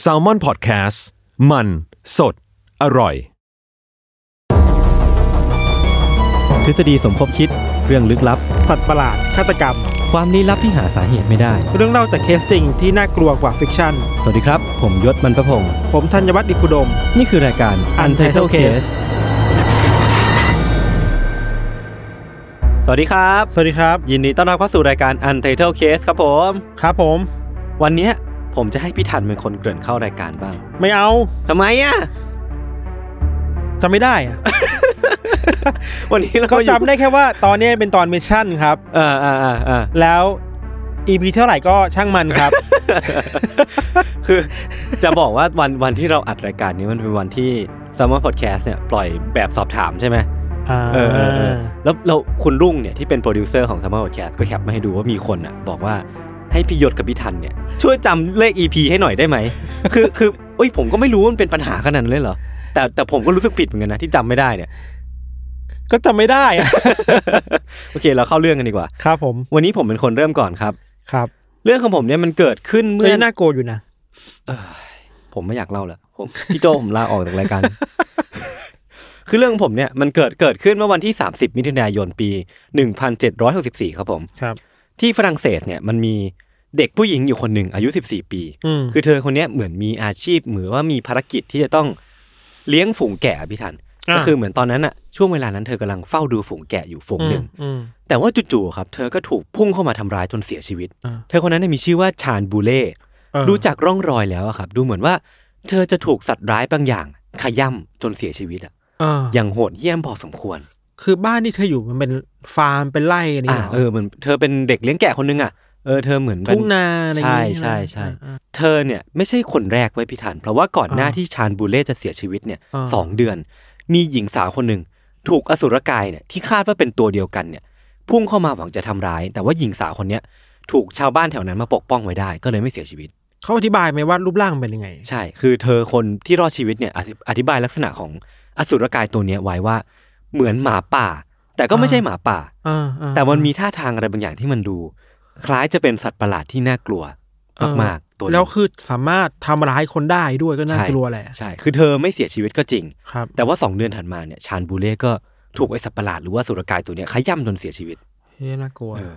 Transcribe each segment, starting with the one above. แซลมอนพอดแคสต์มันสดอร่อย ทฤษฎีสมคบคิดเรื่องลึกลับ สัตว์ประหลาด ฆาตกรรม ความลี้ลับที่หาสาเหตุไม่ได้ เรื่องเล่าจากเคสจริงที่น่ากลัวกว่าฟิกชั่น สวัสดีครับ ผมยศมันประพงศ์ ผมธัญวัฒน์อิพุดม นี่คือรายการ Untitled Case สวัสดีครับ สวัสดีครับ ยินดีต้อนรับเข้าสู่รายการ Untitled Case ครับผม ครับผม วันเนี้ยผมจะให้พี่ทันเป็นคนเกริ่นเข้ารายการบ้าง ไม่เอา ทำไมอ่ะ จำไม่ได้ อะ วันนี้เรา ก็ อยู่ จำได้แค่ว่าตอนนี้เป็นตอนมิชชั่นครับ เออเออเออเออ แล้ว EP เท่าไหร่ก็ช่างมันครับ คือจะบอกว่าวันวันที่เราอัดรายการนี้มันเป็นวันที่ Summer Podcast เนี่ยปล่อยแบบสอบถามใช่ไหม เออเออเออแล้วเราคุณรุ่งเนี่ยที่เป็นโปรดิวเซอร์ของสมาร์ทแคสก็แคปมาให้ดูว่ามีคนอ่ะบอกว่าให้พี่ยศกับพี่ทันเนี่ย ช่วยจำเลข EP ให้หน่อยได้ไหม คือคือเอ้ยผมก็ไม่รู้ว่ามันเป็นปัญหาขนาดนั้นเลยเหรอ แต่แต่ผมก็รู้สึกผิดเหมือนกันนะที่จำไม่ได้เนี่ย ก็จำไม่ได้อะ โอเคเราเข้าเรื่องกันดีกว่า ครับผม วันนี้ผมเป็นคนเริ่มก่อนครับ ครับ เรื่องของผมเนี่ยมันเกิดขึ้น เมื่ เมื่อ อน่ากลัวอยู่นะ ผมไม่อยากเล่าแล้วผมพี่โจผมลาออกจากราย การ คือเรื่องของผมเนี่ยมันเกิดเกิดขึ้นเมื่อวันที่ 30 มิถุนายนปี 1764 ครับผม ครับ ที่ฝรั่งเศสเนี่ยมันมีเด็กผู้หญิงอยู่คนหนึ่งอายุ 14 ปี อืม คือเธอคนเนี้ยเหมือนมีอาชีพเหมือนว่ามีภารกิจที่จะต้องเลี้ยงฝูงแกะอะพี่ทัน อ่า ก็คือเหมือนตอนนั้นอะช่วงเวลานั้นเธอกำลังเฝ้าดูฝูงแกะอยู่ฝูงหนึ่ง อืม แต่ว่าจู่ๆครับเธอก็ถูกพุ่งเข้ามาทำร้ายจนเสียชีวิต อ่า เธอคนนั้นเนยมีชื่อว่าชานบูเล่ เออ ดูจากร่องรอยแล้วอะครับ ดูเหมือนว่า เธอจะถูกสัตว์ร้ายบางอย่าง ขย่ำจนเสียชีวิตอะ เออ อย่างโหดเหี้ยมพอสมควร คือบ้านที่เธออยู่มันเป็นฟาร์มเป็นไร่อะไรอย่าอ่างเงี้ยหร เออเหมือนเธอเป็นเด็กเลี้ยงแกะคนหนึงอะเออเธอเหมือนเป็ ทุ่งนาอะไรอย่าง ใช่ เงี้ย ใช่ใช่ อ่า เธอเนี่ยไม่ใช่คนแรกไว้ยพี่ทันเพราะว่าก่อนหน้า อ่า ที่ชาญบูเล่จะเสียชีวิตเนี่ย อ่า สองเดือน มีหญิงสาวคนหนึ่งถูกอสุรกายเนี่ยที่คาดว่าเป็นตัวเดียวกันเนี่ย พุ่งเข้ามาหวังจะทำร้าย แต่ว่าหญิงสาวคนเนี้ยถูกชาวบ้านแถวนั้นมาปกป้องไว้ได้ ก็เลยไม่เสียชีวิต เขาอธิบายไหมว่ารูปร่างมันเป็นยังไง ใช่ คือเธอคนที่รอดชีวิตเนี่ยอธิอธิบายลักษณะของอสุรกายตัวเนี้ยไว้ว่าเหมือนหมาป่า แต่ก็ไม่ใช่หมาป่า อ่าอ่า แต่มันมีท่าทางอะไรบางอย่างที่มันดู คล้ายจะเป็นสัตว์ประหลาดที่น่ากลัว เออ มากๆตัวหนึ่ง แล้วคือสามารถทำร้ายคนได้ด้วยก็น่ากลัวแหละ ใช่ คือเธอไม่เสียชีวิตก็จริง ครับ แต่ว่า 2 เดือนถัดมาเนี่ย ชานบูเล่ก็ถูกไอสัตว์ประหลาดหรือว่าสุรกายตัวเนี้ยขย่ำจนเสียชีวิต เฮ้ยน่ากลัว เออ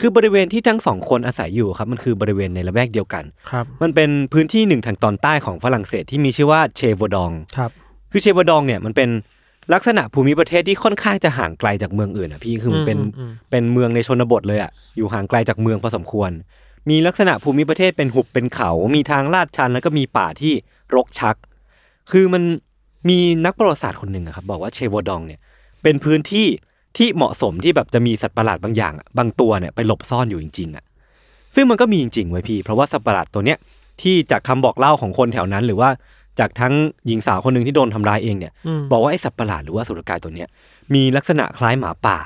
คือบริเวณที่ทั้งสองคนอาศัยอยู่ครับ มันคือบริเวณในละแวกเดียวกัน ครับ มันเป็นพื้นที่หนึ่งทางตอนใต้ของฝรั่งเศสที่มีชื่อว่าเชโวดอง ครับ คือเชโวดองเนี่ยมันเป็นลักษณะภูมิประเทศที่ค่อนข้างจะห่างไกลจากเมืองอื่นอ่ะพี่ คือมันเป็น อืมอืม เป็นเมืองในชนบทเลยอ่ะ อยู่ห่างไกลจากเมืองพอสมควร มีลักษณะภูมิประเทศเป็นหุบเป็นเขา มีทางลาดชันแล้วก็มีป่าที่รกชัก คือมันมีนักประวัติศาสตร์คนหนึ่งอะครับบอกว่าเชโวดองเนี่ยเป็นพื้นที่ที่เหมาะสมที่แบบจะมีสัตว์ประหลาดบางอย่างอะบางตัวเนี่ยไปหลบซ่อนอยู่จริงๆอ่ะ ซึ่งมันก็มีจริงๆไว้ยพี่ เพราะว่าสัตว์ประหลาดตัวเนี้ยที่จากคำบอกเล่าของคนแถวนั้น หรือว่าจากทั้งหญิงสาวคนหนึ่งที่โดนทำร้ายเองเนี่ย อืม บอกว่าไอ้สัตว์ประหลาดหรือว่าสุรกายตัวเนี้ยมีลักษณะคล้ายหมาป่า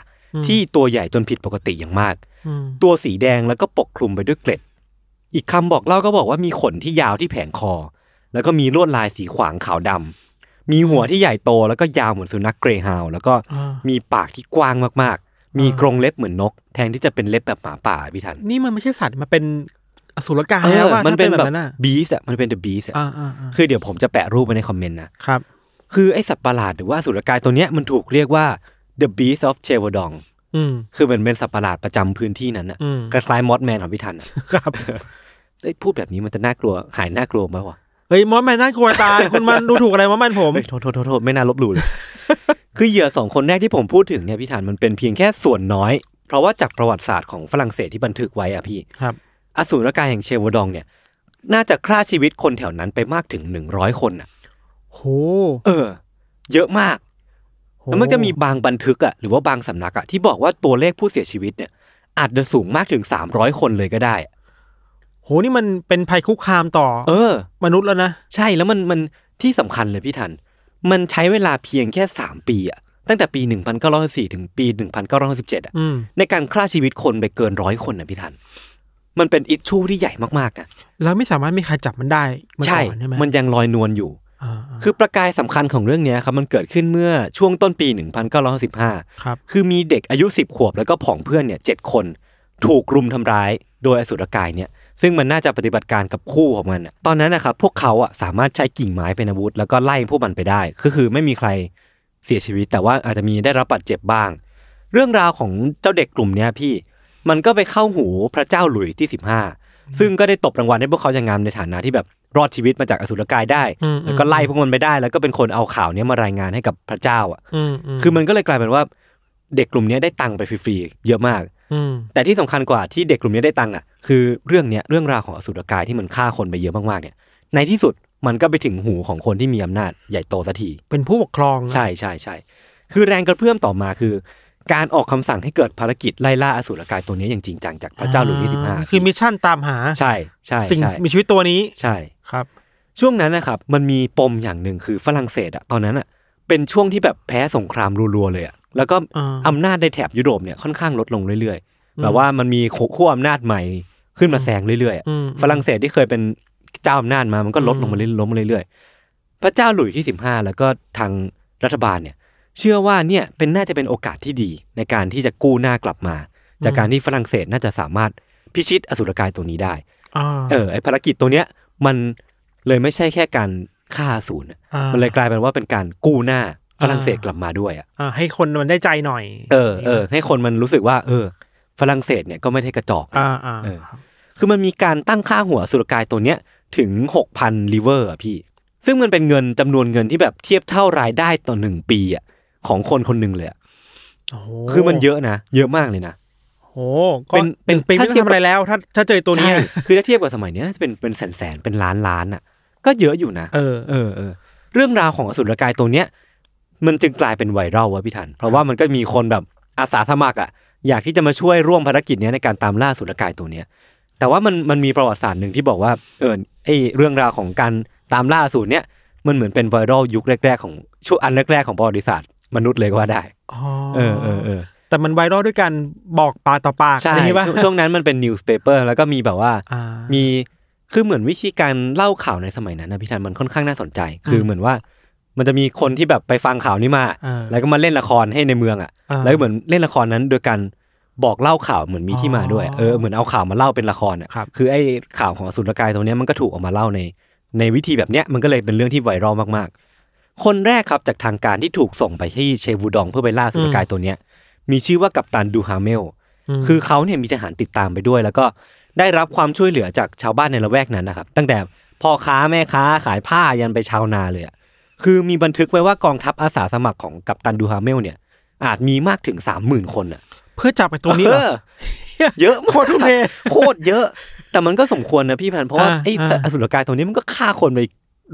ที่ตัวใหญ่จนผิดปกติอย่างมาก อืม ตัวสีแดงแล้วก็ปกคลุมไปด้วยเกล็ด อีกคำบอกเล่าก็บอกว่ามีขนที่ยาวที่แผงคอ แล้วก็มีลวดลายสีขวางขาวดำมีหัวที่ใหญ่โตแล้วก็ยาวเหมือนสุนัขเกรย์ฮาวด์แล้วก็ อ่า มีปากที่กว้างมากๆ มีกรงเล็บเหมือนนก แทนที่จะเป็นเล็บแบบหมาป่าพี่ทัน นี่มันไม่ใช่สัตว์มันเป็นอสุรกาย เออ แล้วว่า มันเป็น ถ้า แบบ นั้นอ่ะ บีสอะมันเป็นเดอะบีสอะ อ่าอ่าอ่า คือเดี๋ยวผมจะแปะรูปไว้ในคอมเมนต์นะ ครับ คือไอสัตว์ประหลาดหรือว่าสุรกายตัวเนี้ยมันถูกเรียกว่า The Beast of c h e v o d o n อืม คือมันเป็นสัตว์ประหลาดประจำพื้นที่นั้นอะ อืม คล้ายมอสแมนของพี่ทันอะ ครับ เอ้ยพูดแบบนี้มันจะน่ากลัว หายน่ากลัวไหมวะ เฮ้ยมอสแมนน่ากลัว ตายคุณมันดูถูกอะไรมอสแมนผม เฮ้ยโทษโทษโทษโทษไม่น่าลบหลู่เลย คือเหยื่อสองคนแรกที่ผมพูดถึงเนี่ยพี่ทันมันเป็นเพียงแค่ส่วนน้อย เพราะว่าจากประวัติศาสตร์ของฝรั่งเศสที่บันทึกไว้อะพี่ ครับ อสูรกายแห่งเชโวดองเนี่ย น่าจะฆ่าชีวิตคนแถวนั้นไปมากถึงหนึ่งร้อยคนอะ โห เออ เยอะมาก โห แล้วมันก็มีบางบันทึกอะหรือว่าบางสำนักอะที่บอกว่าตัวเลขผู้เสียชีวิตเนี่ย อาจจะสูงมากถึง 300 คนเลยก็ได้อะ โหนี่มันเป็นภัยคุกคามต่อ เออ มนุษย์แล้วนะ ใช่แล้วมันมันที่สำคัญเลยพี่ทัน มันใช้เวลาเพียงแค่ 3 ปีอะตั้งแต่ปี 1904ถึงปี 1917อะ อืม ในการฆ่าชีวิตคนไปเกินร้อยคนนะพี่ทัน มันเป็นอิชชูที่ใหญ่มากๆนะ แล้วไม่สามารถมีใครจับมันได้เมื่อ ใช่ ก่อนใช่ไหม มันยังลอยนวลอยู่ อ่าๆ คือประกายสำคัญของเรื่องเนี้ยครับมันเกิดขึ้นเมื่อช่วงต้นปี 1915 ครับ คือมีเด็กอายุ 10 ขวบแล้วก็ผองเพื่อนเนี่ยเคน ถูกรุมทำร้ายโดยอสุรกายเนี่ย ซึ่งมันน่าจะปฏิบัติการกับคู่ของมันน่ะตอนนั้นนะครับพวกเขาอ่ะสามารถใช้กิ่งไม้เป็นอาวุธ แล้วก็ไล่พวกมันไปได้ก็คือไม่มีใครเสียชีวิต แต่ว่าอาจจะมีได้รับบาดเจ็บบ้าง เรื่องราวของเจ้าเด็กกลุ่มเนี้ยพี่ มันก็ไปเข้าหูพระเจ้าหลุยส์ที่ 15 ซึ่งก็ได้ตบรางวัลให้พวกเขาอย่างงามในฐานะที่แบบรอดชีวิตมาจากอสุรกายได้ อืม แล้วก็ไล่พวกมันไปได้ แล้วก็เป็นคนเอาข่าวเนี้ยมารายงานให้กับพระเจ้าอ่ะ อืม คือมันก็เลยกลายเป็นว่าเด็กกลุ่มเนี้ยได้ตังค์ไปฟรีๆเยอะมาก อืม แต่ที่สำคัญกว่าที่เด็กกลุ่มเนี้ยได้ตังค์อ่ะคือเรื่องเนี้ยเรื่องราวของอสุรกายที่มันฆ่าคนไปเยอะมากๆเนี่ย ในที่สุดมันก็ไปถึงหูของคนที่มีอำนาจใหญ่โตสักที เป็นผู้ปกครองนะ ใช่ใช่ใช่คือแรงกระเพื่อมต่อมาคือ การออกคำสั่งให้เกิดภารกิจไล่ล่าอสุรกายตัวเนี้ยอย่างจริงจังจากพระเจ้าหลุยส์ที่สิบห้า คือมิชชั่นตามหา ใช่ใช่ สิ่ง ใช่ มีชีวิตตัวนี้ ใช่ ครับ ช่วงนั้นนะครับมันมีปมอย่างหนึ่งคือฝรั่งเศสอะตอนนั้นอะเป็นช่วงที่แบบแพ้สงครามรัวๆเลยอะแล้วก็ อ่า อำนาจในแถบยุโรปเนี่ยค่อนข้างลดลงเรื่อยๆแบบว่ามันมีขั้วอำนาจใหม่ขึ้นมาแซงเรื่อยๆอะ อืม ฝรั่งเศสที่เคยเป็นเจ้าอำนาจมามันก็ลดลงมาเรื่อยๆลดมาเรื่อยๆพระเจ้าหลุยส์ที่สิบห้าแล้วก็ทางรัฐบาลเนี่ย เชื่อว่าเนี่ยเป็นน่าจะเป็นโอกาสที่ดีในการที่จะกู้หน้ากลับมา จากการที่ฝรั่งเศสน่าจะสามารถพิชิตอสุรกายตัวนี้ได้ อ่า เออไอภารกิจตัวเนี้ยมันเลยไม่ใช่แค่การฆ่าศูนย์อะ า มันเลยกลายเป็นว่าเป็นการกู้หน้าฝรั่งเศส อ่า กลับมาด้วยอ่ะ อ่าให้คนมันได้ใจหน่อย เออเออให้คนมันรู้สึกว่า เออ ฝรั่งเศสเนี่ยก็ไม่ได้กระจอกนะ อ่าอ่า เออ คือมันมีการตั้งค่าหัวอสุรกายตัวเนี้ยถึง 6,000ลิเวอร์อะพี่ ซึ่งมันเป็นเงินจำนวนเงินที่แบบเทียบเท่ารายได้ต่อหนึ่งปีอ่ะของคนคนหนึ่งเลยอะ โโห คือมันเยอะนะ เยอะมากเลยนะ โอ้ก็ เป็นเป็ เป็น นปี ถ้า ไม่ เที ท ยบ ทำอะไรแล้วถ้าถ้าเจอตัวเนี้ย ใช่คือถ้าเทียบกับสมัยเนี้ยน่าจะเป็นเป็นแสนแสนๆเป็นล้านล้านอ่ะ ก็เยอะอยู่นะ เออ เออเออเรื่องราวของอสุรกายตัวเนี้ย มันจึงกลายเป็นไวรัลวะพี่ทัน เพราะว่ามันก็มีคนแบบอาสาสมัครอ่ะอยากที่จะมาช่วยร่วมภารกิจเนี้ยในการตามล่าอสุรกายตัวเนี้ย แต่ว่ามันมันมีประวัติศาสตร์หนึ่งที่บอกว่าเออไอเรื่องราวของการตามล่าอสูรเนี้ยมันเหมือนเป็นไวรัลยุคแรก ๆ ของช่วงอันแรกๆของประวัติศาสตร์มนุษย์เลยก็ว่าได้ อ๋อ เออเออเออ แต่มันไวรัลด้วยการบอกปากต่อปาก ใช่ ได้ปะ ช่วงช่วงนั้นมันเป็นนิวส์เปเปอร์แล้วก็มีแบบว่า อ่า มีคือเหมือนวิธีการเล่าข่าวในสมัยนั้นนะพี่ธันมันค่อนข้างน่าสนใจ คือเหมือนว่า มันจะมีคนที่แบบไปฟังข่าวนี้มา เออ แล้วก็มาเล่นละครให้ในเมืองอ่ะ เออ แล้วก็เหมือนเล่นละครนั้นโดยการบอกเล่าข่าวเหมือนมีที่มาด้วย อ๋อ เออเหมือนเอาข่าวมาเล่าเป็นละครอ่ะ ครับ อไอ้ข่าวของอสุรกายตรงนี้ยมันก็ถูกเออกมาเล่าใน ในวิธีแบบเนี้ยมันก็เลยเป็นเรื่องที่ไวรัลมากๆ คนแรกครับจากทางการที่ถูกส่งไปที่เชวูดองเพื่อไปล่าอสุรกายตัวเนี้ย มีชื่อว่ากัปตันดูฮาเมล ม คือเขาเนี่ยมีทหารติดตามไปด้วย แล้วก็ได้รับความช่วยเหลือจากชาวบ้านในละแวกนั้นนะครับ ตั้งแต่พ่อค้าแม่ค้าขายผ้ายันไปชาวนาเลยอะคือมีบันทึกไว้ว่ากองทัพอาสาสมัครของกัปตันดูฮาเมลเนี่ย อาจมีมากถึงสามหมื่นคนอ่ะ เพื่อจับไปตัวนี้เหรเอออเยอะมาก โคตรทุ่มเท โคตรเยอะ แต่มันก็สมควรนะพี่พันธุ์เพราะว่า อ่า ไอ้ อ่า สัตว์อสุรกายตัวนี้มันก็ฆ่าคนไป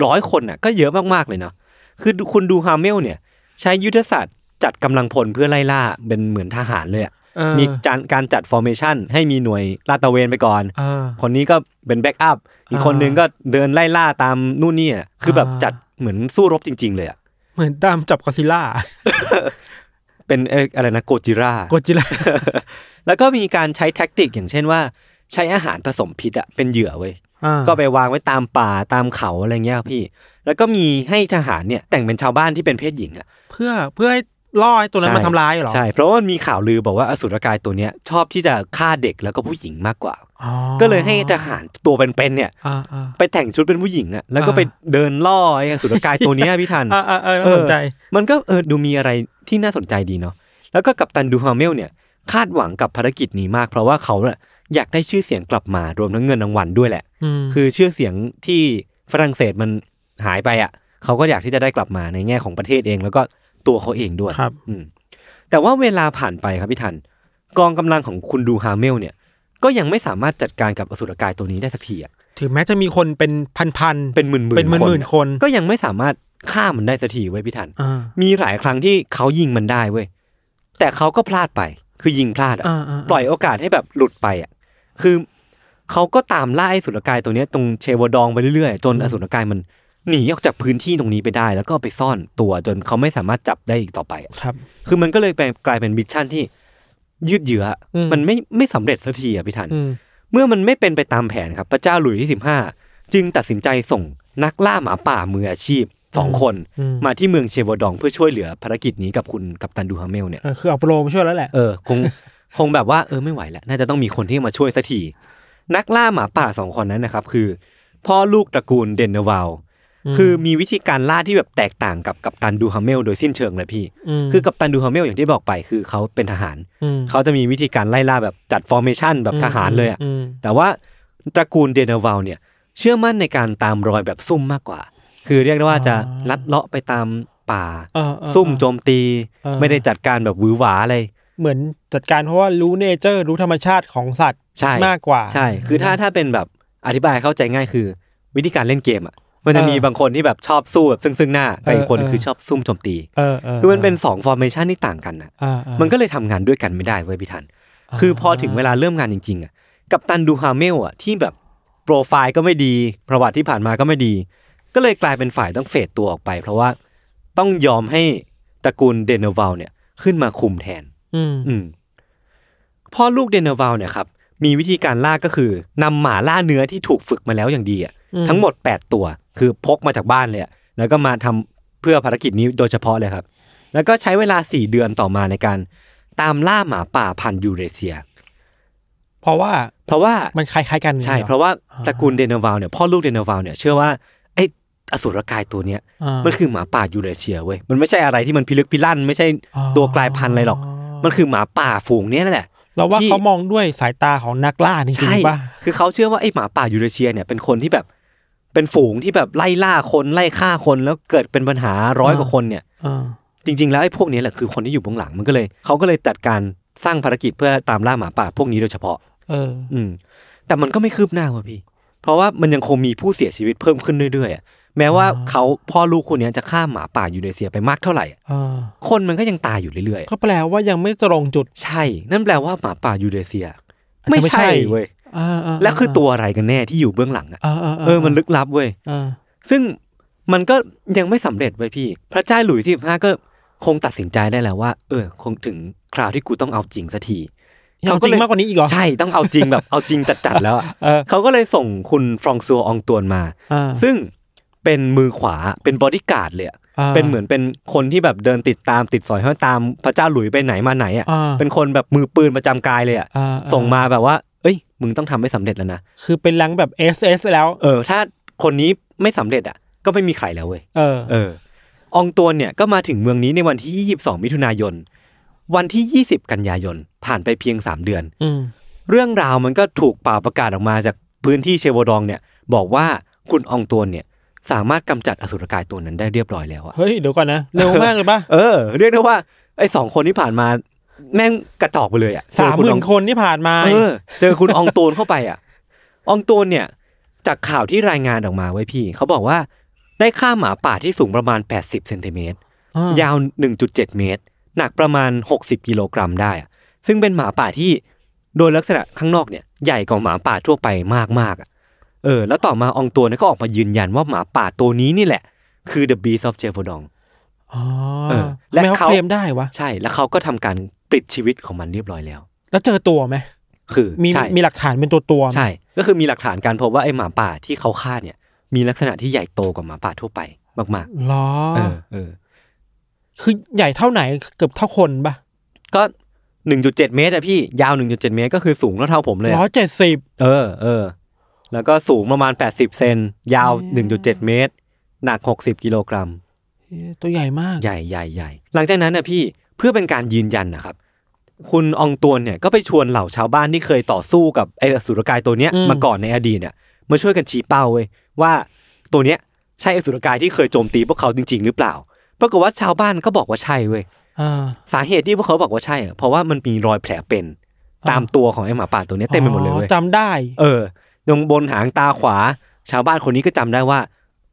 ร้อยคนอ่ะ ก็เยอะมากๆเลยเนาะคือคุณดูฮาเมลเนี่ย ใช้ยุทธศาสตร์จัดกำลังพลเพื่อไล่ล่าเป็นเหมือนทหารเลยอะ เออ มีจานการจัด formation ให้มีหน่วยลาดตระเวนไปก่อน เออ คนนี้ก็เป็นแบ็กอัพ อีกคนนึงก็เดินไล่ล่าตามนู่นนี่อะคือแบบ อ่า จัดเหมือนสู้รบจริง ๆ เลยอะ เหมือนตามจับกอดซิลล่า เป็นเอ่ออะไรนะโกจิรา กอดซิลล่า แล้วก็มีการใช้แท็กติกอย่างเช่นว่า ใช้อาหารผสมพิษอะเป็นเหยื่อเว้ย อ่า ก็ไปวางไว้ตามป่าตามเขาอะไรเงี้ยครับพี่ แล้วก็มีให้ทหารเนี่ยแต่งเป็นชาวบ้านที่เป็นเพศหญิงอะ เพื่อเพื่อให้ล่อไอ้ตัวนั้น ใช่ มาทำร้ายเหรอ ใช่ เพราะว่ามันมีข่าวลือบอกว่าอสุรกายตัวเนี้ยชอบที่จะฆ่าเด็กแล้วก็ผู้หญิงมากกว่า อ๋อ ก็เลยให้ทหารตัวเป็นๆเนี่ย อ่าอ่า ไปแต่งชุดเป็นผู้หญิงอะแล้วก็ อ่า ไปเดินล่อไอ้อสุรกายตัวเนี้ย พี่ทั น อ่าอ่าเออน่าสนใจ เออมันก็เออดูมีอะไรที่น่าสนใจดีเนาะแล้วก็กัปตันดูฮาเมลเนี่ย คาดหวังกับภารกิจนี้มาก เพราะว่าเขาน่ะอยากได้ชื่อเสียงกลับมารวมทั้งเงินรางวัลด้วยแหละ อืม คือชื่อเสียงที่ฝรั่งเศสมันหายไปอะเขาก็อยากที่จะได้กลับมาในแง่ของประเทศเอง แล้วก็ตัวเขาเองด้วย ครับ อืมแต่ว่าเวลาผ่านไปครับพี่ทัน กองกำลังของคุณดูฮาเมลเนี่ย ก็ยังไม่สามารถจัดการกับอสุรกายตัวนี้ได้สักทีอะ ถึงแม้จะมีคนเป็นพันๆ เป็นหมื่นหมื่น เป็นหมื่นหมื่นคน ก็ยังไม่สามารถฆ่ามันได้สักทีเว้ยพี่ทัน อ่า มีหลายครั้งที่เขายิงมันได้เว้ยแต่เขาก็พลาดไป คือยิงพลาดอะ อ่าอ่าอ่า ปล่อยโอกาสให้แบบหลุดไปอ่ะ คือ เขาก็ตามล่าไอ้สุรกายตัวเนี้ยตรงเชวดองไปเรื่อยๆ จนอสุรกายมันหนีออกจากพื้นที่ตรงนี้ไปได้ แล้วก็เอาไปซ่อนตัวจนเขาไม่สามารถจับได้อีกต่อไปอะ ครับ คือมันก็เลยไปกลายเป็นมิชชั่นที่ยืดเยื้ออ ม มันไม่ไม่สำเร็จสักทีอะพี่ทัน อืม เมื่อมันไม่เป็นไปตามแผนครับพระเจ้าหลุยส์ที่สิบห้าจึงตัดสินใจส่งนักล่าหมาป่ามืออาชีพสองคน อืม มาที่เมืองเชวดองเพื่อช่วยเหลือภารกิจนี้กับคุณกัปตันดูฮาเมลเนี่ย เออคือเอาโปรมาช่วยแล้วแหละ เออคง คงแบบว่าเออไม่ไหวแล้วน่าจะต้องมีคนที่มาช่วยสักทีนักล่าหมาป่าสองคนนั้นนะครับคือ พ่อลูกตระกูลเดนเนวาล อืม คือมีวิธีการล่าที่แบบแตกต่างกับกัปตันดูฮาเมลโดยสิ้นเชิงเลยพี่ ม คือกัปตันดูฮาเมลอย่างที่บอกไปคือเขาเป็นทหาร ม เขาจะมีวิธีการไล่ล่าแบบจัดฟอร์เมชันแบบทหารเลยอะ อืม แต่ว่าตระกูลเดนเวลเนี่ย เชื่อมั่นในการตามรอยแบบซุ่มมากกว่า คือเรียกได้ว่าจะลัดเลาะไปตามป่า เออเออ ซุ่มโจมตี เออ ไม่ได้จัดการแบบหวือหวาอะไร เหมือนจัดการเพราะว่ารู้เนเจอร์รู้ธรรมชาติของสัตว์ ใช่ มากกว่า ใช่ คือถ้าถ้าเป็นแบบอธิบายเข้าใจง่ายคือ วิธีการเล่นเกมอ่ะ มันจะเออบมีางคนที่แบบชอบสู้แบบซึ่งซึ่งหน้าแต่อีกคน เออเออ คือชอบซุ่มโจมตี เออเออ คือมันเป็นสองฟอร์เมชันที่ต่างกันนะ อ่าอ่า มันก็เลยทำงานด้วยกันไม่ได้เว้ยพี่ทัน อ่า คือพอถึงเวลาเริ่มงานจริงๆอ่ะ กับตันดูฮาเมลอ่ะที่แบบโปรไฟล์ก็ไม่ดี ประวัติที่ผ่านมาก็ไม่ดี ก็เลยกลายเป็นฝ่ายต้องเฟดตัวออกไป เพราะว่าต้องยอมให้ตระกูลเดนเนวัลเนี่ยขึ้นมาคุมแทน อืม อืมพ่อลูกเดนเนวัลเนี่ยครับ มีวิธีการล่าก็คือนำหมาล่าเนื้อที่ถูกฝึกมาแล้วอย่างดีอ่ะทั้งหมด 8 ตัว คือพกมาจากบ้านเลยอะแล้วก็มาทำเพื่อภารกิจนี้โดยเฉพาะเลยครับ แล้วก็ใช้เวลา 4 เดือนต่อมาในการตามล่าหมาป่าพันธุ์ยูเรเซีย เพราะว่า เพราะว่า มันคล้ายๆกัน ใช่ หอ เพราะว่าตระกูลเดนเนวัลเนี่ยพ่อลูกเดนเนวัลเนี่ยเชื่อว่าไอ้อสุรกายตัวเนี้ย อ่า มันคือหมาป่ายูเรเซียเว้ยมันไม่ใช่อะไรที่มันพิลึกพิลั่น ไม่ใช่ อ๋อ ตัวกลายพันธุ์อะไรหรอก มันคือหมาป่าฝูงเนี้ยนั่นแหละ เราว่า ที่ เขามองด้วยสายตาของนักล่าจริง ใช่ ๆป่ะ คือเขาเชื่อว่าไอ้หมาป่ายูเรเชียเนี่ยเป็นคนที่แบบเป็นฝูงที่แบบไล่ล่าคนไล่ฆ่าคนแล้วเกิดเป็นปัญหาร้อย อ่า กว่าคนเนี่ย อ่า จริง ๆ แล้วไอ้พวกเนี้ยแหละคือคนที่อยู่เบื้องหลังมันก็เลยเขาก็เลยจัดการสร้างภารกิจเพื่อตามล่าหมาป่าพวกนี้โดยเฉพาะ เออ อืม แต่มันก็ไม่คืบหน้าว่ะพี่ เพราะว่ามันยังคงมีผู้เสียชีวิตเพิ่มขึ้นเรื่อยๆอะแม้ว่าเขาพ่อลูกคนเนี้ยจะฆ่าหมาป่ายูเรเชียไปมากเท่าไหร่อะ อ่า คนมันก็ยังตายอยู่เรื่อยๆอะ ก็แปลว่ายังไม่ตรงจุด ใช่ นั่นแปลว่าหมาป่ายูเรเชีย อาจจะไม่ ไม่ ใช่ ใช่เว้ย อ่าา แล้วคือตัวอะไรกันแน่ที่อยู่เบื้องหลังอะ อ่าาา เออ มันลึกลับเว้ย อ่า ซึ่งมันก็ยังไม่สำเร็จเว้ยพี่ พระเจ้าหลุยส์ที่ห้าก็คงตัดสินใจได้แล้วว่า เออ คงถึงคราวที่กูต้องเอาจริงสักที เขา เขาก็จริ เลย งมากกว่านี้อีกเหรอ ใช่ ต้องเอาจริงแบบ เอาจริงจัดๆแล้วอะ เออ เขาก็เลยส่งคุณฟรองซัวอองตวนมา อ่า ซึ่งเป็นมือขวา เป็นบอดี้การ์ดเลยอะ า เป็นเหมือนเป็นคนที่แบบเดินติดตามติดสอยห้อยตามพระเจ้าหลุยส์ไปไหนมาไหนอ่ะ อ่า เป็นคนแบบมือปืนประจำกายเลยอ่ะ อ่ ส่งมาแบบว่า เอ้ย มึงต้องทำให้สำเร็จแล้วนะ คือเป็นลังแบบ S S แล้ว เออ ถ้าคนนี้ไม่สำเร็จอ่ะ ก็ไม่มีใครแล้วเว้ย เออ เอออองตวนเนี่ยก็มาถึงเมืองนี้ในวันที่ 22 มิถุนายน วันที่ 20 กันยายน ผ่านไปเพียง 3 เดือน อืม เรื่องราวมันก็ถูกเป่าประกาศออกมาจากพื้นที่เชโวดองเนี่ย บอกว่าคุณอองตวนเนี่ย สามารถกำจัดอสุรกายตัวนั้นได้เรียบร้อยแล้วอะ เฮ้ย เดี๋ยวก่อนนะ เร็วมาก เลยป่ะ เออ เรียกได้ว่าไอ้สองคนที่ผ่านมาแม่งกระจอกไปเลยอะเจ สา อ ม คุ ห ณอ มื่ อน ง คนที่ผ่านมา เออเจอคุณอองตูนเข้าไปอ่ะ อองตูนเนี่ย จากข่าวที่รายงานออกมาไว้พี่ เขาบอกว่าได้ฆ่าหมาป่าที่สูงประมาณ 80เซนติเมตร าย าว 1.7 เมตร หนักประมาณ 60 กิโลกรัมได้อะซึ่งเป็นหมาป่าที่โดยลักษณะข้างนอกเนี่ย ใหญ่กว่าหมาป่าทั่วไปมากๆอะเออ แล้วต่อมาอองตัวเนี่ยก็ออกมายืนยันว่าหมาป่าตัวนี้นี่แหละ คือ The Beast of j e v o d o n อ๋อ เออและ และเขา เขา เคลมได้วะ ใช่แล้วเขาก็ทำการปิดชีวิตของมันเรียบร้อยแล้ว แล้วเจอตัวไหม คือ มี ใช่ มีหลักฐานเป็นตัวตัวไหม ใช่ ก็คือมีหลักฐานการพบว่าไอ้หมาป่าที่เขาฆ่าเนี่ย มีลักษณะที่ใหญ่โตกว่าหมาป่าทั่วไปมาก เหรอ ๆ เออเออ คือใหญ่เท่าไหนเกือบเท่าคนป่ะ ก็ 1.7 เมตรอะพี่ ยาว 1.7 เมตรก็คือสูงเท่าๆผมเลย ร้อ อะ ยเจ็ดสิบ เออเออ แล้วก็สูงประมาณ 80 เซน ยาว อืม 1.7 เมตร หนัก 60 กิโลกรัม ตัวใหญ่มาก ใหญ่ใหญ่ใหญ่ หลังจากนั้นนะพี่ เพื่อเป็นการยืนยันนะครับ คุณอองตวนเนี่ยก็ไปชวนเหล่าชาวบ้านที่เคยต่อสู้กับไอ้อสุรกายตัวเนี้ย อืม มาก่อนในอดีตเนี่ยมาช่วยกันชี้เป้าเว้ยว่าตัวเนี้ยใช่อสุรกายที่เคยโจมตีพวกเขาจริง ๆ หรือเปล่า ปรากฏว่าชาวบ้านก็บอกว่าใช่เว้ย อ่า สาเหตุที่พวกเขาบอกว่าใช่อะเพราะว่ามันมีรอยแผลเป็น อ่า ตามตัวของไอ้หมาป่าตัวเนี้ยเต็มไปหมดเลย อ๋อ เว้ย จำได้ เออตรงบนหางตาขวา ชาวบ้านคนนี้ก็จำได้ว่า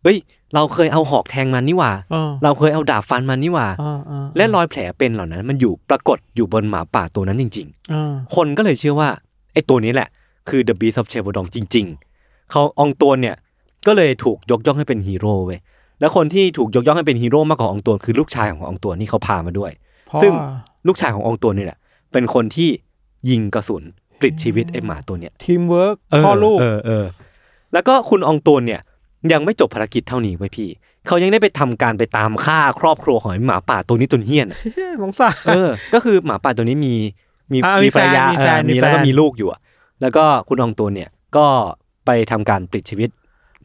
เอ้ย เราเคยเอาหอกแทงมันนี่หว่า อ่า เราเคยเอาดาบฟันมันนี่หว่า อ่าอ่า และรอยแผลเป็นเหล่านั้นมันอยู่ปรากฏอยู่บนหมาป่าตัวนั้นจริง อ่า ๆ คนก็เลยเชื่อว่าไอ้ตัวนี้แหละ คือ The Beast of c h e v o d o n จริง ๆ เขาอองตวนเนี่ยก็เลยถูกยกย่องให้เป็นฮีโร่เว้ยแล้วคนที่ถูกยกย่องให้เป็นฮีโร่มากกว่าอองตวนคือลูกชายของอองตวนที่เขาพามาด้วย พ่อ ซึ่ง ลูกชายของอองตวนนี่แหละเป็นคนที่ยิงกระสุนปลิดชีวิตไอ้หมาตัวเนี้ย ทีมเวิร์ก เ พ่อลูก เออเออแล้วก็คุณอองตวนเนี่ย ยังไม่จบภารกิจเท่านี้ไว้ยพี่ เขายังได้ไปทำการไปตามฆ่าครอบครัวของไอ้หมาป่าตัวนี้จนเฮี้ยนอะ เฮ้ยสงสาร เออ ก็คือหมาป่าตัวนี้มีมี อ่ามี มีภรรยา แฟนมีเออแฟนมี มี แฟน แล้วก็มีลูกอยู่อะแล้วก็คุณอองตวนเนี่ยก็ไปทำการปลิดชีวิต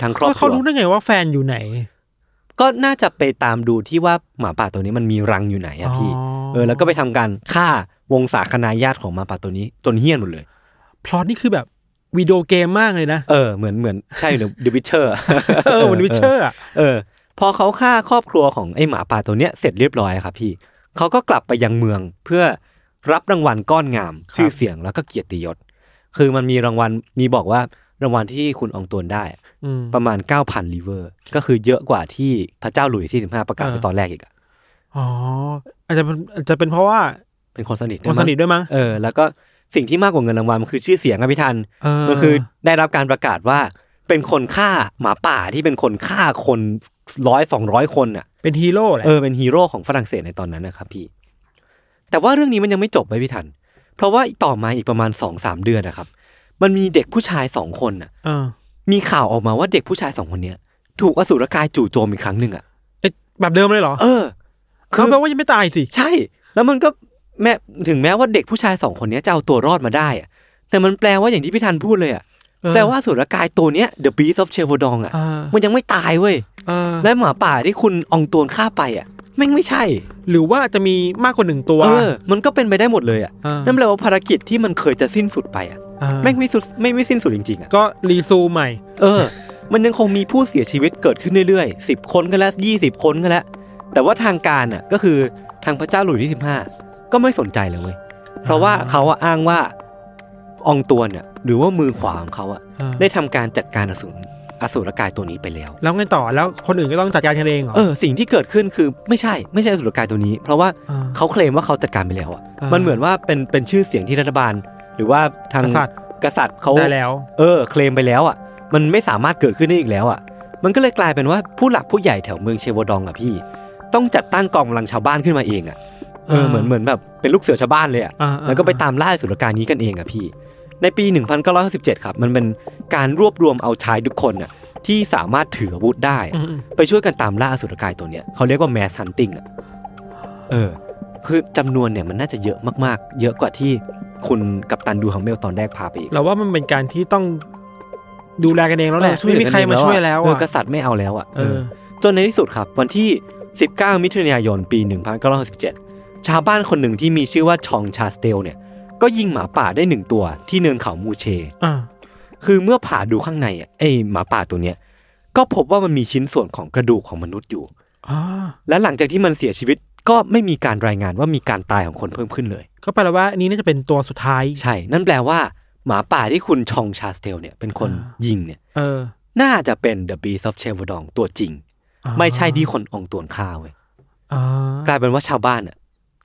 ทั้งครอบ แล้ควรั เขา ว รู้ได้ไงว่าแฟนอยู่ไหน ก็น่าจะไปตามดูที่ว่าหมาป่าตัวนี้มันมีรังอยู่ไหนอะพี่ อ๋อ เออ แล้วก็ไปทำการฆ่าวงศาคณาญาติของหมาป่าตัวนี้จนเฮี้ยนหมดเลย พล็อตนี่คือแบบวิดีโอเกมมากเลยนะ เออเหมือนเหมือนใช่เดอะวิเชอร์ เออเหมือนวิเชอร์อะ เออพอเขาฆ่าครอบครัวของไอ้หมาป่าตัวเนี้ยเสร็จเรียบร้อยครับพี่เขาก็กลับไปยังเมืองเพื่อรับรางวัลก้อนงาม ชื่อเสียงแล้วก็เกียรติยศ คือมันมีรางวัลมีบอกว่ารางวัลที่คุณอองตวนได้ อืม ประมาณ 9,000ลิเวอร์ ก็คือเยอะกว่าที่พระเจ้าหลุยส์ที่15 ประกาศไป เออ ตอนแรกอีกอะ อ๋ออาจจะเป็นอาจจะเป็นเพราะว่า เป็นคนสนิท ค ด้วนย ส มั้ง นิทด้วยมั้ง เออแล้วก็สิ่งที่มากกว่าเงินรางวัลมันคือชื่อเสียงอะพี่ทัน เออ มันคือได้รับการประกาศว่าเป็นคนฆ่าหมาป่าที่เป็นคนฆ่าคนร้อยสองร้อยคนน่ะ เป็นฮีโร่แหละ เออเป็นฮีโร่ของฝรั่งเศสในตอนนั้นนะครับพี่ แต่ว่าเรื่องนี้มันยังไม่จบไปพี่ทัน เพราะว่าต่อมาอีกประมาณสองสามเดือนนะครับ มันมีเด็กผู้ชายสองคนน่ะ เออ มีข่าวออกมาว่าเด็กผู้ชายสองคนเนี้ย ถูกอสุรกายจู่โจมอีกครั้งหนึ่งอ่ะ เอ๊ะแบบเดิมเลยเหรอ เออ คื คือ อ แปลว่ายังไม่ตายสิ ใช่ แล้วมันก็แม้ถึงแม้ว่าเด็กผู้ชายสองคนเนี้ยจะเอาตัวรอดมาได้อะแต่มันแปลว่าอย่างที่พี่ทันพูดเลยอ่ะ เออ แปลว่าอสุรกายตัวเนี้ย The Beast of c h e v o d o n อ่ะ เออ มันยังไม่ตายเว้ย เออ และหมาป่าที่คุณอองตวนฆ่าไปอ่ะแม่งไม่ใช่ หรือว่าจะมีมากกว่าหนึ่งตัว เออ มันก็เป็นไปได้หมดเลยอ่ะ เออ นั่นแปลว่าภารกิจที่มันเคยจะสิ้นสุดไปอ่ะ เออ แม่งไม่สุดไม่ไม่สิ้นสุดจริงๆอ่ะ ก็รีซูมใหม่ เออ มันยังคงมีผู้เสียชีวิตเกิดขึ้นเรื่อยๆสิบคนก็แล้วยี่สิบคนก็แล้ว แต่ว่าทางการอ่ะก็คือทางพระเจ้าหลุยส์ที่สิบห้าก็ไม่สนใจเลยเว้ย เพราะว่าเขาอะอ้างว่าอองตัวนเนี่ยหรือว่ามือขวาของเขาอ่ะ เออ ได้ทำการจัดการอสูรอสูรกายตัวนี้ไปแล้ว แล้วไงต่อแล้วคนอื่นก็ต้องจัดการกันเองเหรอ เออ สิ่งที่เกิดขึ้นคือไม่ใช่ไม่ใช่อสุรกายตัวนี้ เพราะว่า เขาเคลมว่าเขาจัดการไปแล้วอ่ะ อ่ามั มันเหมือนว่าเป็นเป็นชื่อเสียงที่รัฐบาล หรือว่าทาง กษัตริย์ กษัตริย์เขา ได้แล้ว เออเคลมไปแล้วอ่ะ มันไม่สามารถเกิดขึ้นได้อีกแล้วอ่ะ มันก็เลยกลายเป็นว่าผู้หลักผู้ใหญ่แถวเมืองเชวดองอ่ะพี่ ต้องจัดตั้งกองกำลังชาวบ้านขึ้นมาเองอ่ะ เออ อ่า เหมือนเหมือนแบบเป็นลูกเสือชาวบ้านเลยอ่ะ อ่าอ่า แล้วก็ไปตามล่าสุรการนี้กันเองอ่ะพี่ ในปี 1957 ครับมันเป็นการรวบรวมเอาชายทุกคนอ่ะที่สามารถถืออาวุธได้ อืมอืม ไปช่วยกันตามล่าอสุรกายตัวเนี้ยเขาเรียกว่าแมสฮันติงอ่ะ เออ คือจำนวนเนี่ยมันน่าจะเยอะมากๆ เยอะกว่าที่คุณกัปตันดูฮัมเมลตอนแรกพาไปอีก เราว่ามันเป็นการที่ต้องดูแลกันเองแล้วแหละ เออ ไม่มีใครมาช่วยแล้ว เออ อ่ะ กษัตริย์ไม่เอาแล้วอ่ะ เอ เอ อ อจนในที่สุดครับ วันที่ 19 มิถุนายนปี 1967 ชาวบ้านคนหนึ่งที่มีชื่อว่าชองชาสเตลเนี่ย ก็ยิงหมาป่าได้หนึ่งตัวที่เนินเขามูเช อ่ะ คือเมื่อผ่าดูข้างในอ่ะไอหมาป่าตัวเนี้ยก็พบว่ามันมีชิ้นส่วนของกระดูกของมนุษย์อยู่ อ่า และหลังจากที่มันเสียชีวิตก็ไม่มีการรายงานว่ามีการตายของคนเพิ่มขึ้นเลย ก็แปลว่าอันนี้น่าจะเป็นตัวสุดท้าย ใช่ นั่นแปลว่า หมาป่าที่คุณชองชาสเตลเนี่ยเป็นคน อ่า ยิงเนี่ย เออ น่าจะเป็น The Beast of c h e v o d o n ตัวจริง อ่า ไม่ใช่ที่คนอองตวนฆ่าเว้ย อ่าก ลายเป็นว่าชาวบ้านอ่ะ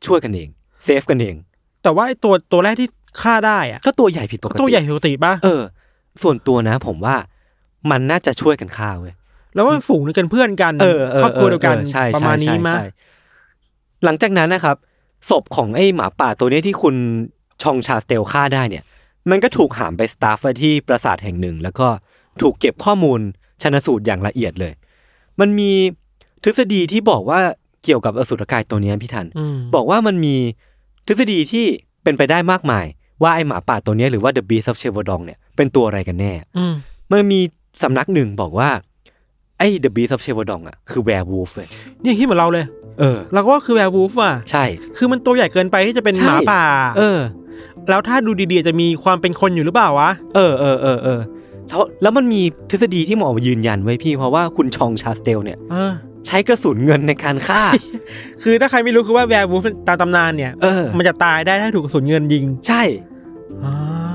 ช่วยกันเอง เซฟกันเอง แต่ว่าไอ้ตัวตัวแรกที่ฆ่าได้อ่ะ ก็ตัวใหญ่ผิดปกติ ตัวใหญ่ปกติป่ะ เออ ส่วนตัวนะผมว่ามันน่าจะช่วยกันฆ่าเว้ย แล้วว่ามันฝูงหนึ่งกันเพื่อนกัน เออเออ ครอบครัวเดียวกัน ออใช่ ประมาณนี้ ใช่ใช่ มั้ย ใช่หลังจากนั้นนะครับ ศพของไอ้หมาป่าตัวเนี้ยที่คุณชองชาสเตลฆ่าได้เนี่ย มันก็ถูกหามไปสตาฟไว้ที่ปราสาทแห่งหนึ่ง แล้วก็ถูกเก็บข้อมูลชนสูตรอย่างละเอียดเลย มันมีทฤษฎีที่บอกว่าเกี่ยวกับอสุรกายตัวเนี้ยพี่ทัน อืม บอกว่ามันมีทฤษฎีที่เป็นไปได้มากมาย ว่าไอหมาป่าตัวเนี้ยหรือว่า The Beast of c h e v o d o n เนี่ยเป็นตัวอะไรกันแน่ อืม มันมีสำนักหนึ่งบอกว่า ไอ้ The Beast of c h e v o d o n อ่ะคือแวร์วูฟเลย เนี่ยคิดเหมือนเราเลย เออ เราก็ว่าคือแวร์วูฟอ่ะ ใช่ คือมันตัวใหญ่เกินไปที่จะเป็น ใช่ หมาป่า เออ แล้วถ้าดูดีๆจะมีความเป็นคนอยู่หรือเปล่าวะ เออเออเออเออแล้วแล้วมันมีทฤษฎีที่หมอมายืนยันไว้พี่ เพราะว่าคุณชองชาสเตลเนี่ย เออ ใช้กระสุนเงินในการ ฆ่า คือถ้าใครไม่รู้คือว่าแวร์วูฟตามตำนานเนี่ย เออ มันจะตายได้ถ้าถูกกระสุนเงินยิง ใช่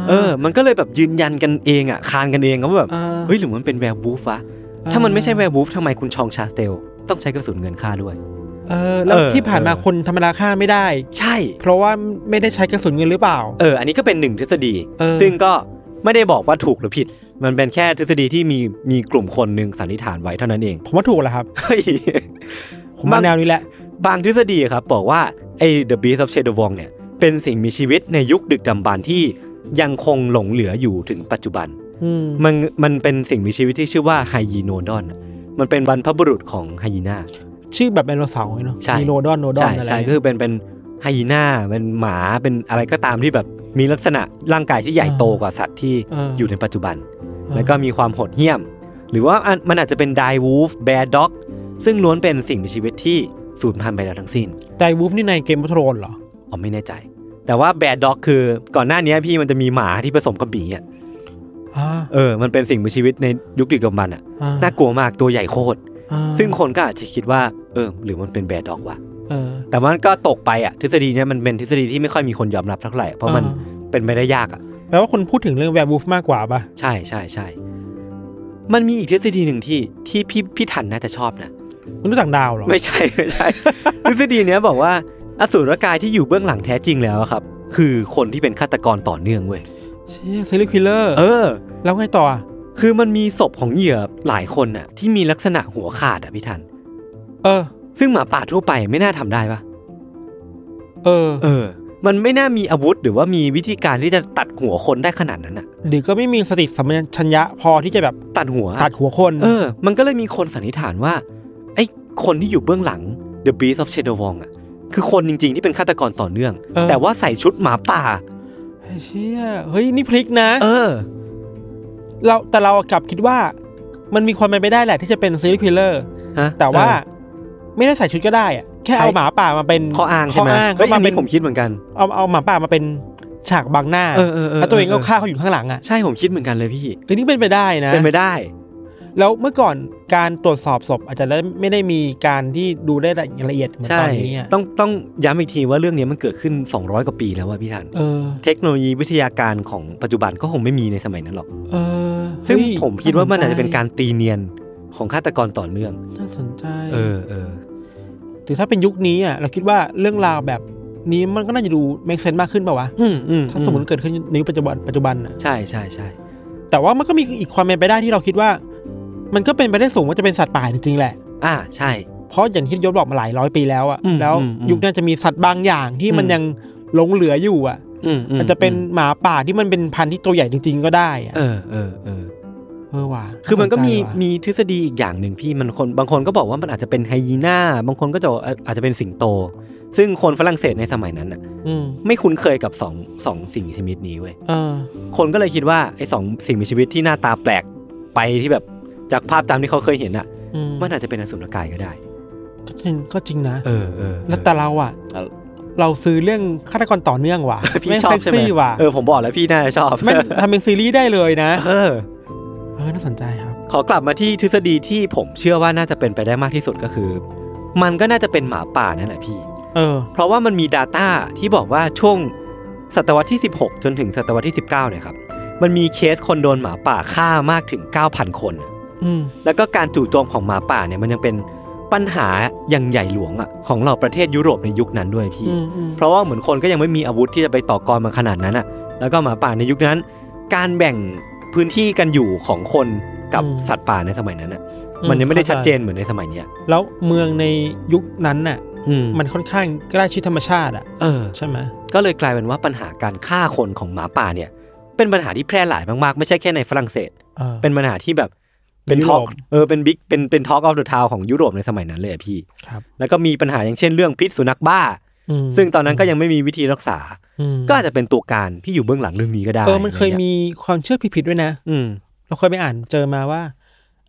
เออ มันก็เลยแบบยืนยันกันเองอ่ะ คานกันเองอะว่าแบบ อ่า เฮ้ยหรือมันเป็นแวร์วูฟวะ ออ ถ้ามันไม่ใช่แวร์วูฟทำไมคุณชองชาสเตลต้องใช้กระสุนเงินฆ่าด้วย เออแล้ว เออ ที่ผ่านมา เออ คนธรรมดาฆ่าไม่ได้ ใช่ เพราะว่าไม่ได้ใช้กระสุนเงินหรือเปล่า เออ อันนี้ก็เป็นหนึ่งทฤษฎี เออ ซึ่งก็ ไม่ได้บอกว่าถูกหรือผิด มันเป็นแค่ทฤษฎีที่มีมีกลุ่มคนหนึ่งสันนิษฐานไว้เท่านั้นเอง ผมว่าถูกแหละครับ เฮ้ย ผมมา บาง แนวนี้แหละ บางทฤษฎีครับบอกว่าไอ้ The Beast of Shadow Wong เนี่ยเป็นสิ่งมีชีวิตในยุคดึกดำบรรพ์ที่ยังคงหลงเหลืออยู่ถึงปัจจุบัน อืม มันมันเป็นสิ่งมีชีวิตที่ชื่อว่าไฮยีโนดอนมันเป็นบรรพบุรุษของไฮยีน่า ชื่อแบบไดโนเสาร์เนาะ ใช่ มีโนดอนโนดอ ใช่ นอะไร ใช่ก็คือเป็นเป็นไฮยีน่าเป็นหมาเป็นอะไรก็ตามที่แบบมีลักษณะร่างกายที่ใหญ่โตกว่าสัตว์ที่ เ อยู่ในปัจจุบัน เออ แล้วก็มีความโหดเหี้ยม หรือว่าอันมันอาจจะเป็นไดวูฟแบร์ด็อกซึ่งล้วนเป็นสิ่งมีชีวิตที่สูญพันธุ์ไปแล้วทั้งสิ้น ไดวูฟนี่ในเกมพัทโรนเหรอ อ๋อไม่แน่ใจ แต่ว่าแบดด็อกคือก่อนหน้านี้พี่มันจะมีหมาที่ผสมกับหมีอ่ะ อ่า เออมันเป็นสิ่งมีชีวิตในยุคดึกดำบรรพ์อ่ะ อ่ น่ากลัวมากตัวใหญ่โคตร อ่า ซึ่งคนก็อาจจะคิดว่าเออหรือมันเป็นแบดด็อกวะ เออ แต่มันก็ตกไปอ่ะทฤษฎีเนี้ยมันเป็นทฤษฎีที่ไม่ค่อยมีคนยอมรับเท่าไหร่เพราะมัน อ่ เป็นไปได้ยากอ่ะ แปลว่าคนพูดถึงเรื่องแวร์วูฟมากกว่าป่ะ ใช่ใช่ใช่มันมีอีกทฤษฎีหนึ่งที่ที่พี่พี่ทันน่าจะชอบนะ มันรู้ต่างดาวเหรอ ไม่ใช่ ไม่ใช่ ทฤษฎีเนี้ยบอกว่าอสูรกายที่อยู่เบื้องหลังแท้จริงแล้วอะครับ คือคนที่เป็นฆาตกรต่อเนื่องเว้ย เซล i คิลเลอร์ เออ แล้วไงต่ออะ คือมันมีศพของเหยื่อหลายคนน่ะที่มีลักษณะหัวขาดอ่ะพี่ทัน เออ ซึ่งหมาป่าทั่วไปไม่น่าทำได้ปะ เออ เออ มันไม่น่ามีอาวุธหรือว่ามีวิธีการที่จะตัดหัวคนได้ขนาดนั้นอ่ะ หรือก็ไม่มีสติสัมปชัญญะพอที่จะแบบ ตัดหัวอะ ตัดหัวคน เออ มันก็เลยมีคนสันนิษฐานว่าไอ้คนที่อยู่เบื้องหลัง The Beast of Shadow Wong อ่ะคือคนจริงๆที่เป็นฆาตกรต่อเนื่อง เออ แต่ว่าใส่ชุดหมาป่า ไอ้เชี่ยเฮ้ย นี่พลิกนะ เออ เราแต่เรากลับคิดว่า มันมีความเป็นไปได้แหละที่จะเป็นซีรีส์คิลเลอร์ ฮะ แต่ว่า เออ ไม่ได้ใส่ชุดก็ได้อะแค่ ใช่ เอาหมาป่ามาเป็น ข้ออ้างใช่ไหม ข้ออ้าง เฮ้ยอั มาน เป็ นี้ น ผมคิดเหมือนกัน เอาเอาหมาป่ามาเป็นฉากบังหน้า เออเออเออ แล้วตัวเองก็ เออ ฆ่าเขาอยู่ข้างหลังอ่ะ ใช่ผมคิดเหมือนกันเลยพี่ เฮ้ยนี่เป็นไปได้นะ เป็นไปได้ แล้วเมื่อก่อนการตรวจสอบศพอาจจะไม่ได้มีการที่ดูได้ละเอียดเหมือน ใช่ ตอนนี้อะ ต้องต้องย้ำอีกทีว่าเรื่องนี้มันเกิดขึ้น 200 กว่าปีแล้วว่าพี่ทัน เออ เทคโนโลยีวิทยาการของปัจจุบันก็คงไม่มีในสมัยนั้นหรอก เออ ซึ่ง เฮ้ย ผมคิดว่ามันอาจจะเป็นการตีเนียนของฆาตกรต่อเนื่อง น่าสนใจ เออเออ หรือถ้าเป็นยุคนี้อ่ะเราคิดว่าเรื่องราวแบบนี้มันก็น่าจะดู make sense มากขึ้นเปล่าวะ อืมอืม ถ้าสมมติเกิดขึ้นในยุคปัจจุบันปัจจุบันอ่ะ ใช่ใช่ใช่ แต่ว่ามันก็มีอีกความเป็นไปได้ที่เราคิดว่า มันก็เป็นไปได้สูงว่าจะเป็นสัตว์ป่าจริงๆแหละ อ่าใช่ เพราะอย่างที่ยศบอกมาหลายร้อยปีแล้วอ่ะ อืม แล้ว อืมอืม ยุคนั้นจะมีสัตว์บางอย่างที่มัน อืม ยังหลงเหลืออยู่อ่ะ อืมอืม อาจจะเป็นหมาป่าที่มันเป็นพันธุ์ที่ตัวใหญ่จริง ๆ ก็ได้อะ เออเออเออ เออว่ะ คือมันก็มี าสใจว่ะ มีทฤษฎีอีกอย่างหนึ่งพี่มันคนบางคนก็บอกว่ามันอาจจะเป็นไฮยีน่าบางคนก็จะบอกว่าอาจจะเป็นสิงโต ซึ่งคนฝรั่งเศสในสมัยนั้นน่ะ อืม ไม่คุ้นเคยกับสองสองสิ่งมีชีวิตนี้เว้ย เออ คนก็เลยคิดว่าไอ้สองสิ่งมีชีวิตที่หน้าตาแปลกไปที่แบบจากภาพตามที่เขาเคยเห็นอ่ะ อืม มันอาจจะเป็นอสุรกายก็ได้ ก็จริงก็จริงนะ เออเออ แล้วแต่เราอ่ะ เราซื้อเรื่องฆาตกรต่อเนื่องว่ะ พี่ แม่ง ชอบ เซ็ก ใช่ไหม ซี่ว่ะ เออผมบอกแล้วพี่น่าจะชอบ แม่งทำเป็นซีรีส์ได้เลยนะ เออ เออน่าสนใจครับ ขอกลับมาที่ทฤษฎีที่ผมเชื่อว่าน่าจะเป็นไปได้มากที่สุดก็คือ มันก็น่าจะเป็นหมาป่านั่นแหละพี่ เออ เพราะว่ามันมี Data ที่บอกว่าช่วงศตวรรษที่ 16 จนถึงศตวรรษที่ 19เนี่ยครับมันมีเคสคนโดนหมาป่าฆ่ามากถึง 9,000 คน อืม แล้วก็การจู่โจมของหมาป่าเนี่ยมันยังเป็นปัญหาอย่างใหญ่หลวงอะของเหล่าประเทศยุโรปในยุคนั้นด้วยพี่ อืมอืม เพราะว่าเหมือนคนก็ยังไม่มีอาวุธที่จะไปต่อกรมาขนาดนั้นอะแล้วก็หมาป่าในยุคนั้น การแบ่งพื้นที่กันอยู่ของคนกับสัตว์ป่าในสมัยนั้นอะมันยังไม่ได้ชัดเจนเหมือนในสมัยเนี้ย แล้วเมืองในยุคนั้นน่ะ อืม มันค่อนข้างใกล้ชิดธรรมชาติอ่ะ เออ ใช่ไหม ก็เลยกลายเป็นว่าปัญหาการฆ่าคนของหมาป่าเนี่ย เป็นปัญหาที่แพร่หลายมากๆ ไม่ใช่แค่ในฝรั่งเศส ออ เป็นปัญหาที่แบบเป็น ยุ ท็ โร อก ป เออเป็นบิ๊กเป็นเป็นท็อกออฟเดอะทาวของยุโรปในสมัยนั้นเลยอะพี่ ครับ แล้วก็มีปัญหาอย่างเช่นเรื่องพิษสุนัขบ้า อืม ซึ่งตอนนั้นก็ยังไม่มีวิธีรักษา อืม ก็อาจจะเป็นตัวการที่อยู่เบื้องหลังเรื่องนี้ก็ได้ เออมันเคย ะไรงี้ มีความเชื่อผิดๆด้วยนะ อืม เราเคยไปอ่านเจอมาว่า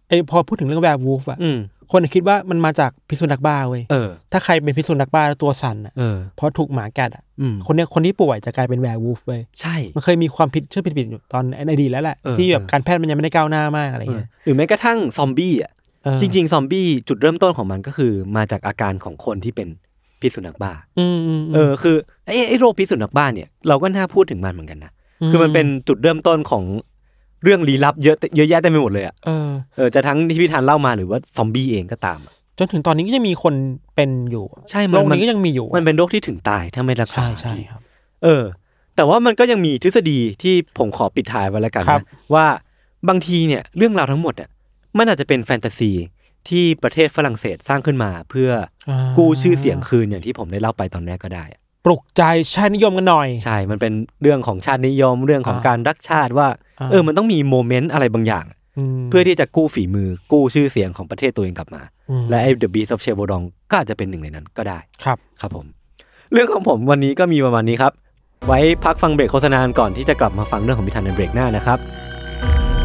ไอยพอพูดถึงเรื่องแวร์วูฟอะ อืม คนคิดว่ามันมาจากพิษสุนัขบ้าเว้ย เออ ถ้าใครเป็นพิษสุนัขบ้าแล้วตัวสั่นอะ เออ เพราะถูกหมากัดอะ อืม คนเนี้ยคนที่ป่วยจะกลายเป็นแวร์วูฟเว้ย ใช่ มันเคยมีความผิดเชื่อผิดๆอยู่ตอนในอดีตแล้วแหละ เออ ที่แบบ เออ การแพทย์มันยังไม่ได้ก้าวหน้ามากอะไรเงี้ย หรือแม้กระทั่งซอมบี้อ่ะ เออ จริง ๆ ซอมบี้จุดเริ่มต้นของมันก็คือ มาจากอาการของคนที่เป็นพิษสุนัขบ้า อืมอืม เออคือไอ้ไอ้โรคพิษสุนัขบ้าเนี่ยเราก็น่าพูดถึงมันเหมือนกันนะคือมันเป็นจุดเริ่มต้นของเรื่องลี้ลับเยอะเยอะแยะเต็มไปหมดเลยอ่ะ เออ เออจะทั้งที่พี่ธันเล่ามาหรือว่าซอมบี้เองก็ตามอะ จนถึงตอนนี้ก็ยังมีคนเป็นอยู่ ใช่มัน โรค มัน นี้ก็ยังมีอยู่ มันเป็นโรคที่ถึงตายถ้าไม่รักษา ใช่ใช่ครับ เออ แต่ว่ามันก็ยังมีทฤษฎีที่ผมขอปิดท้ายไว้แล้วกัน ครั นะ บ ว่าบางทีเนี่ยเรื่องราวทั้งหมดเนี่ยมันอาจจะเป็นแฟนตาซีที่ประเทศฝรั่งเศสสร้างขึ้นมา เพื่อ อ่า กู้ชื่อเสียงคืนอย่างที่ผมได้เล่าไปตอนแรกก็ได้ ปลุกใจชาตินิยมกันหน่อย ใช่ มันเป็นเรื่องของชาตินิยมเรื่องของ อ่า การรักชาติว่า อ่า เออ มันต้องมีโมเมนต์อะไรบางอย่าง ม เพื่อที่จะกู้ฝีมือกู้ชื่อเสียงของประเทศตัวเองกลับมา ม และไอ้ The Beast of c h e v o d o n ก็อาจจะเป็นหนึ่งในนั้นก็ได้ ครับ ครับผม เรื่องของผมวันนี้ก็มีประมาณนี้ครับ ไว้พักฟังเบรกโฆษณาก่อนที่จะกลับมาฟังเรื่องของพิธันในเบรกหน้านะครับ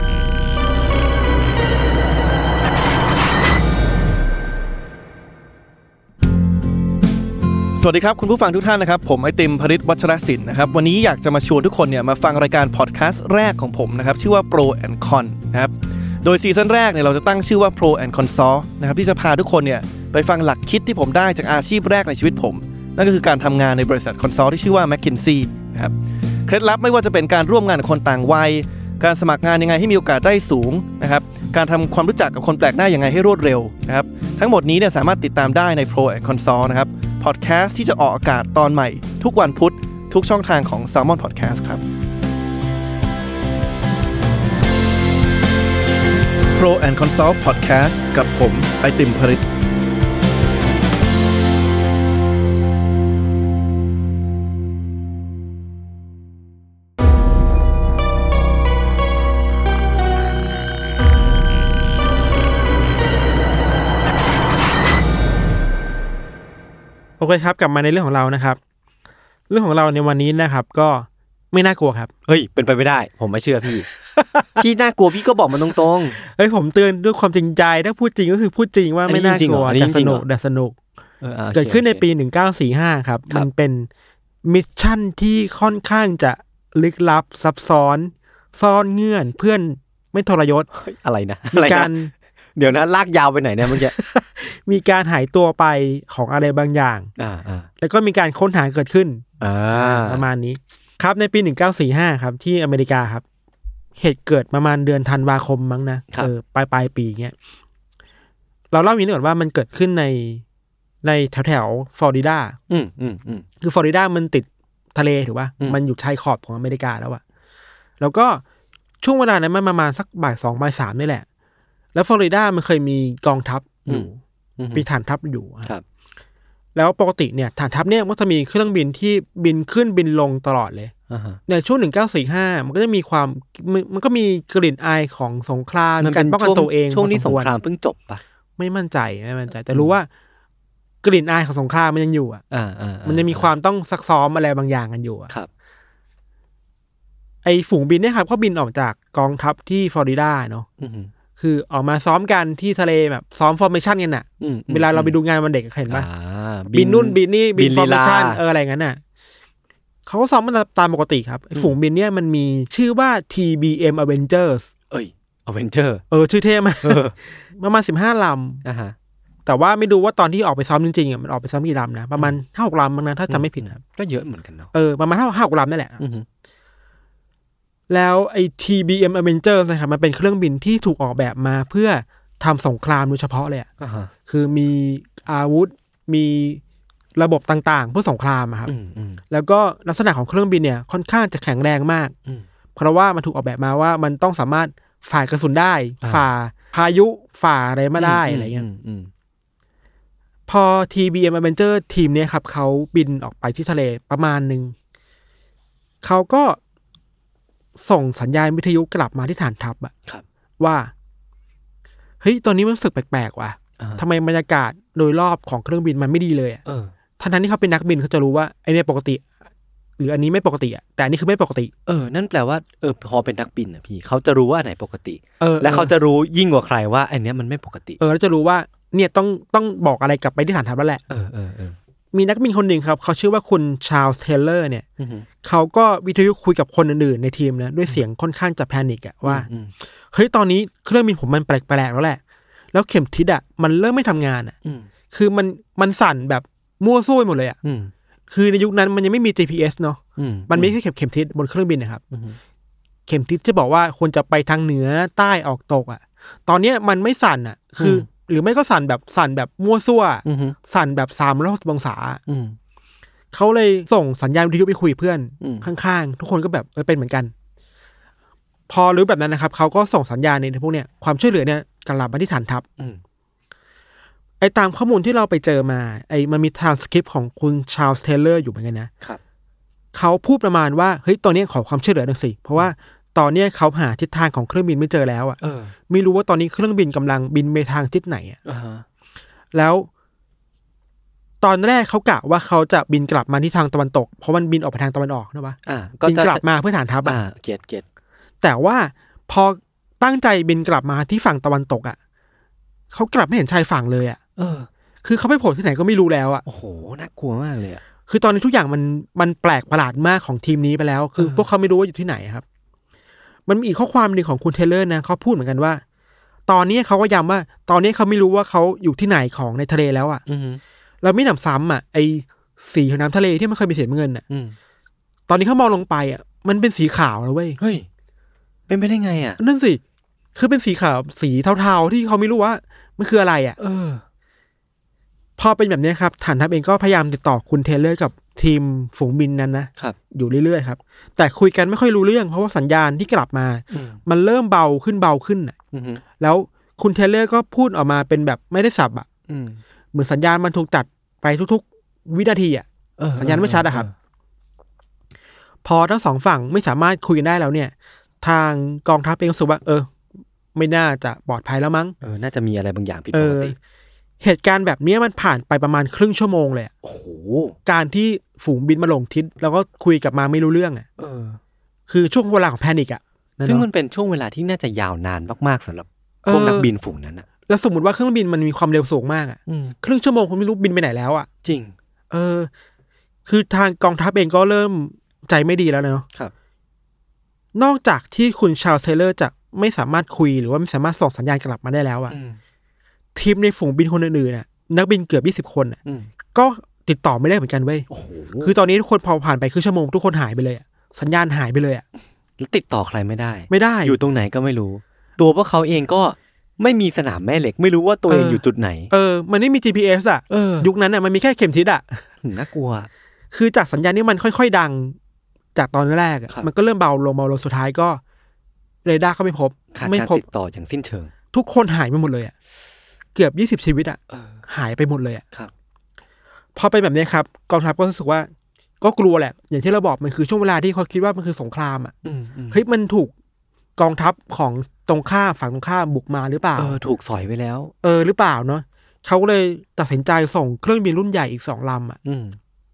สวัสดีครับ คุณผู้ฟังทุกท่านนะครับ ผมไอติมพริศวัชรศิลป์นะครับ วันนี้อยากจะมาชวนทุกคนเนี่ยมาฟังรายการพอดแคสต์แรกของผมนะครับ ชื่อว่า Pro and Con นะครับ โดยซีซั่นแรกเนี่ยเราจะตั้งชื่อว่า Pro and Con s o นะครับ ที่จะพาทุกคนเนี่ยไปฟังหลักคิดที่ผมได้จากอาชีพแรกในชีวิตผม นั่นก็คือการทำงานในบริษัทคอนซอลที่ชื่อว่า m c k i n s e y นะครับ เคล็ดลับไม่ว่าจะเป็นการร่วมงานกับคนต่างวัย การสมัครงานยังไงให้มีโอกาสได้สูงนะครับ การทำความรู้จักกับคนแปลกหน้ายังไงให้รวดเร็วนะครับ ทั้งหมดนี้เนี่ยสามารถติดตามได้ใน Pro and Console นะครับ พอดแคสต์ที่จะออกอากาศตอนใหม่ ทุกวันพุธ ทุกช่องทางของ s ซ l m o n Podcast ครับ Pro and Console Podcast กับผมไอติมพริต โอเคครับ กลับมาในเรื่องของเรานะครับ เรื่องของเราในวันนี้นะครับ ก็ไม่น่ากลัวครับ เฮ้ย เป็นไปไม่ได้ ผมไม่เชื่อ พี่ พี่น่ากลัวพี่ก็บอกมันตรง เอ้ยผมเตือนด้วยความจริงใจ ถ้าพูดจริงก็คือพูดจริงว่าไม่น่ากลัวแต่สนุกแต่สนุก ๆอออ่า เกิดขึ้นใน โอค ปี 1945 ครับ ครับ มันเป็นมิชชั่นที่ค่อนข้างจะลึกลับซับซ้อน ซ่อนเงื่อนเพื่อนไม่ทรยศ เฮ้ยอะไรนะ มี อะไร กา นะ ร เดี๋ยวนะลากยาวไปไหนเนี่ยเมื่อกี้ มีการหายตัวไปของอะไรบางอย่าง อ่าอ่า แล้วก็มีการค้นหาเกิดขึ้น อ่า ประมาณนี้ ครับในปี 1945 ครับ ที่อเมริกาครับ เหตุเกิดประมาณเดือนธันวาคมมั้งนะเออปลายปลายปีเงี้ยเราเล่าอย่างนี้ก่อนว่ามันเกิดขึ้นในในแถวแถวๆฟลอริดา อืมอืมอืม คือฟลอริดามันติดทะเลถูกป่ะ อืม มันอยู่ชายขอบของอเมริกาแล้วอะแล้วก็ช่วงเวลานั้นมันประมาณสักบ่ายสองบ่ายสามนี่แหละ แล้วฟลอริดามันเคยมีกองทัพอยู่ อืม มีฐานทัพอยู่อะ ครับ แล้วปกติเนี่ยฐานทัพเนี่ยมันจะมีเครื่องบินที่บินขึ้นบินลงตลอดเลย อ่าฮะ ในช่วงหนึ่งเก้าสี่ห้ามันก็จะมีความมันมันก็มีกลิ่นอายของสงคราม มัน การ เป็น ป้องกัน ช่วง ตัวเอง ช่วงนี้ พอ สง ว ครามเพิ่งจบปะ ไม่มั่นใจไม่มั่นใจ แต่รู้ว่ากลิ่นอายของสงครามมันยังอยู่อะ อ่าอ่าอ่ มันจะมีความต้องซักซ้อมอะไรบางอย่างกันอยู่อะ ครับ ไอฝูงบินเนี่ยครับก็บินออกจากกองทัพที่ฟลอริดาเนาะ อืมอืม คือออกมาซ้อมกันที่ทะเลแบบซ้อมฟอร์เมชันกันน่ะ อืม เวลาเราไปดูงานวันเด็กเห็นปะ อ่า บินนู่นบินนี่บินฟอร์เม ลีลา ชันเอออะไรงั้นน่ะเขาก็ซ้อมมันตามปกติครับไอ้ฝูงบินเนี่ยมันมีชื่อว่า TBM Avengers เอ้ยอเวนเจอร์ เออชื่อเท่มาก เออ ประมาณสิบห้าล อ่าฮะ ำ แต่ว่าไม่รู้ว่าตอนที่ออกไปซ้อมจริงๆอะมันออกไปซ้อมกี่ลำนะประมาณห้าหกลำมั้งนะถ้าจำไม่ผิดนะครับ ก็เยอะเหมือนกันเนาะ เออประมาณห้าห้าหกลำนั่นแหละ อืม แล้วไอ้ TBM Avengers นะครับมันเป็นเครื่องบินที่ถูกออกแบบมาเพื่อทำสงครามโดยเฉพาะเลยอะ อ่าฮะ คือมีอาวุธ มีระบบต่างๆ เพื่อสงครามอะครับ อืมอืม แล้วก็ลักษณะของเครื่องบินเนี่ยค่อนข้างจะแข็งแรงมาก อืม เพราะว่ามันถูกออกแบบมาว่ามันต้องสามารถฝ่ายกระสุนได้ อ่า ฝ่าพายุฝ่าอะไรมาได้อะไรเงี้ย มอืม พอ TBM Avenger ทีมเนี้ยครับเขาบินออกไปที่ทะเลประมาณหนึ่ง เขาก็ส่งสัญญาณวิทยุกลับมาที่ฐานทัพอะ ครับ ว่า เฮ้ย ตอนนี้มันรู้สึกแปลกๆว่ะ อ่าฮะ ทำไมบรรยากาศโดยรอบของเครื่องบินมันไม่ดีเลยอะ เออ ทั้งนั้นที่เขาเป็นนักบินเขาจะรู้ว่าไอเนี่ยปกติ หรืออันนี้ไม่ปกติอะแต่อันนี้คือไม่ปกติ เออ นั่นแปลว่าเออพอเป็นนักบินอ่ะพี่เขาจะรู้ว่าอันไหนปกติ เออ และเขา ออ จะรู้ยิ่งกว่าใครว่าอันเนี้ยมันไม่ปกติ เออแล้วจะรู้ว่า เนี่ยต้องต้องบอกอะไรกลับไปที่ฐานทัพแล้วแหละ เออเออเออ มีนักบินคนหนึ่งครับเขาชื่อว่าคุณชาลส์เทเลอร์เนี่ย อืมอืม เขาก็วิทยุคุยกับคนอื่นๆในทีมนะด้วยเสียงค่อนข้างจะแพนิกอะว่า อืม เฮ้ยตอนนี้เครื่องบินผมมันแปลกๆแล้วแหละ แล้วเข็มทิศอะมันเริ่มไม่ทำงานอะ อืม คือมันมันสั่นแบบมั่วซั่วไปหมดเลยอะ อืม คือในยุคนั้นมันยังไม่มี GPS เนาะ อืม มันไม่ใช่เข็มเข็มทิศบนเครื่องบินนะครับ อืมอืม เข็มทิศจะบอกว่าควรจะไปทางเหนือใต้ออกตกอะตอนเนี้ยมันไม่สั่นอะคือ หรือไม่ก็สั่นแบบสั่นแบบมั่วซั่ว อืม สั่นแบบสามร้อยหกสิบองศา อืม เขาเลยส่งสัญญาณวิทยุไปคุยเพื่อน อืม ข้างๆ ทุกคนก็แบบเออเป็นเหมือนกัน พอรู้แบบนั้นนะครับเขาก็ส่งสัญญาณในพวกเนี้ยความช่วยเหลือเนี่ยกลับมาที่ฐานทัพ อืม ไอ้ตามข้อมูลที่เราไปเจอมา ไอ้มันมีทางสคริปต์ของคุณชาลส์เทเลอร์อยู่เหมือนกันนะครับ เขาพูดประมาณว่าเฮ้ยตอนเนี้ยขอความช่วยเหลือหน่อยสิ เพราะว่าตอนเนี้ยเขาหาทิศทางของเครื่องบินไม่เจอแล้วอะ เออ ไม่รู้ว่าตอนนี้เครื่องบินกำลังบินไปทางทิศไหนอะ อ่าฮะ แล้ว ตอนแรกเขากะว่าเขาจะบินกลับมาที่ทางตะวันตก เพราะมันบินออกไปทางตะวันออกนะปะ อ่าก็ บิน จะ กลับมาเพื่อฐานทัพ อ่า อะ เก็ตเก็ต แต่ว่าพอตั้งใจบินกลับมาที่ฝั่งตะวันตกอะเขากลับไม่เห็นชายฝั่งเลยอะ เออ คือเขาไปโผล่ที่ไหนก็ไม่รู้แล้วอะ โอ้โหน่ากลัวมากเลยอ่ะ คือตอนนี้ทุกอย่างมันมันแปลกประหลาดมากของทีมนี้ไปแล้ว คือ เออ พวกเขาไม่รู้ว่าอยู่ที่ไหนครับ มันมีอีกข้อความหนึ่งของคุณเทเลอร์นะเขาพูดเหมือนกันว่า ตอนนี้เขาก็ย้ำว่า ตอนนี้เขาไม่รู้ว่าเขาอยู่ที่ไหนของในทะเลแล้วอะ่ะ อืม เราไม่หนำซ้ำอ่ะไอสีของน้ำทะเลที่มันเคยเป็นสีน้ำเงินอ่ะ อืม ตอนนี้เขามองลงไปอ่ะมันเป็นสีขาวแล้วเว้ย เฮ้ย เป็นไปได้ไงอ่ะ นั่นสิคือเป็นสีขาวสีเทาๆที่เขาไม่รู้ว่ามันคืออะไรอ่ะ เออ พอเป็นแบบนี้ครับฐานทัพเองก็พยายามติดต่อคุณเทเลอร์กับทีมฝูงบินนั้นนะ ครับ อยู่เรื่อยๆครับ แต่คุยกันไม่ค่อยรู้เรื่อง เพราะว่าสัญญาณที่กลับมา อืม มันเริ่มเบาขึ้นเบาขึ้นน่ะ อืม แล้วคุณเทเลอร์ก็พูดออกมาเป็นแบบไม่ได้สับอ่ะ อืม เหมือนสัญญาณมันถูกตัดไปทุกๆ วินาทีอ่ะ เออ สัญญาณไม่ชัดอะครับ พอทั้งสองฝั่งไม่สามารถคุยกันได้แล้วเนี่ย ทางกองทัพเองรู้สึกว่า เออ ไม่น่าจะปลอดภัยแล้วมั้ง เออ น่าจะมีอะไรบางอย่างผิด เอ ปก อ ติ เหตุการณ์แบบเนี้ยมันผ่านไปประมาณครึ่งชั่วโมงเลยอะ โอ้โห การที่ฝูงบินมาหลงทิศแล้วก็คุยกลับมาไม่รู้เรื่องอ่ะ เออ คือช่วงเวลาของแพนิกอ่ะะเอะ ซึ่งมันเป็นช่วงเวลาที่น่าจะยาวนานมากๆสำหรับ เออ พวกนักบินฝูงนั้นอ่ะ แล้วสมมติว่าเครื่องบินมันมีความเร็วสูงมากอะ อืม ครึ่งชั่วโมงคุณไม่รู้บินไปไหนแล้วอะ จริง เออ คือทางกองทัพเองก็เริ่มใจไม่ดีแล้วเนาะ ครับ นอกจากที่คุณชาลส์เทเลอร์จะไม่สามารถคุยหรือว่าไม่สามารถส่งสัญญาณกลับมาได้แล้วอะ อืม ทีมในฝูงบินคนอื่นๆน่ะ นักบินเกือบยี่สิบ20 คนน่ะ อืม ก็ติดต่อไม่ได้เหมือนกันเว้ย โอ้โห คือตอนนี้ทุกคนพอผ่านไปครึ่งชั่วโมงทุกคนหายไปเลยอะสัญญาณหายไปเลยอะ แล้วติดต่อใครไม่ได้ ไม่ได้ อยู่ตรงไหนก็ไม่รู้ ตัวพวกเขาเองก็ไม่มีสนามแม่เหล็ก ไม่รู้ว่าตัวเอง เออ อ อ ยู่จุดไหน เออ มันไม่มี GPS อะ เออ ยุคนั้นอะมันมีแค่เข็มทิศอะ น่ากลัว คือจากสัญญาณนี้มันค่อยๆดังจากตอนแรกอะ ครับ มันก็เริ่มเบาลงเบาลงสุดท้ายก็เรดาร์ก็ไม่พบ ขาด ไม่ การ พบ ติดต่ออย่างสิ้นเชิง ทุกคนหายไปหมดเลยอะเกือบยี่สิบ20 ชีวิตอะ เออ หายไปหมดเลยอะ ครับ พอเป็นแบบนี้ครับกองทัพก็รู้สึกว่า ก็กลัวแหละ อย่างที่เราบอกมันคือช่วงเวลาที่เขาคิดว่ามันคือสงครามอะ อืมอืม เฮ้ยมันถูกกองทัพของตรงข้ามฝั่งตรงข้ามบุกมาหรือเปล่า เออ ถูกสอยไปแล้ว เออหรือเปล่าเนาะเขาก็เลยตัดสินใจส่งเครื่องบินรุ่นใหญ่อีกสองลำอะ อืม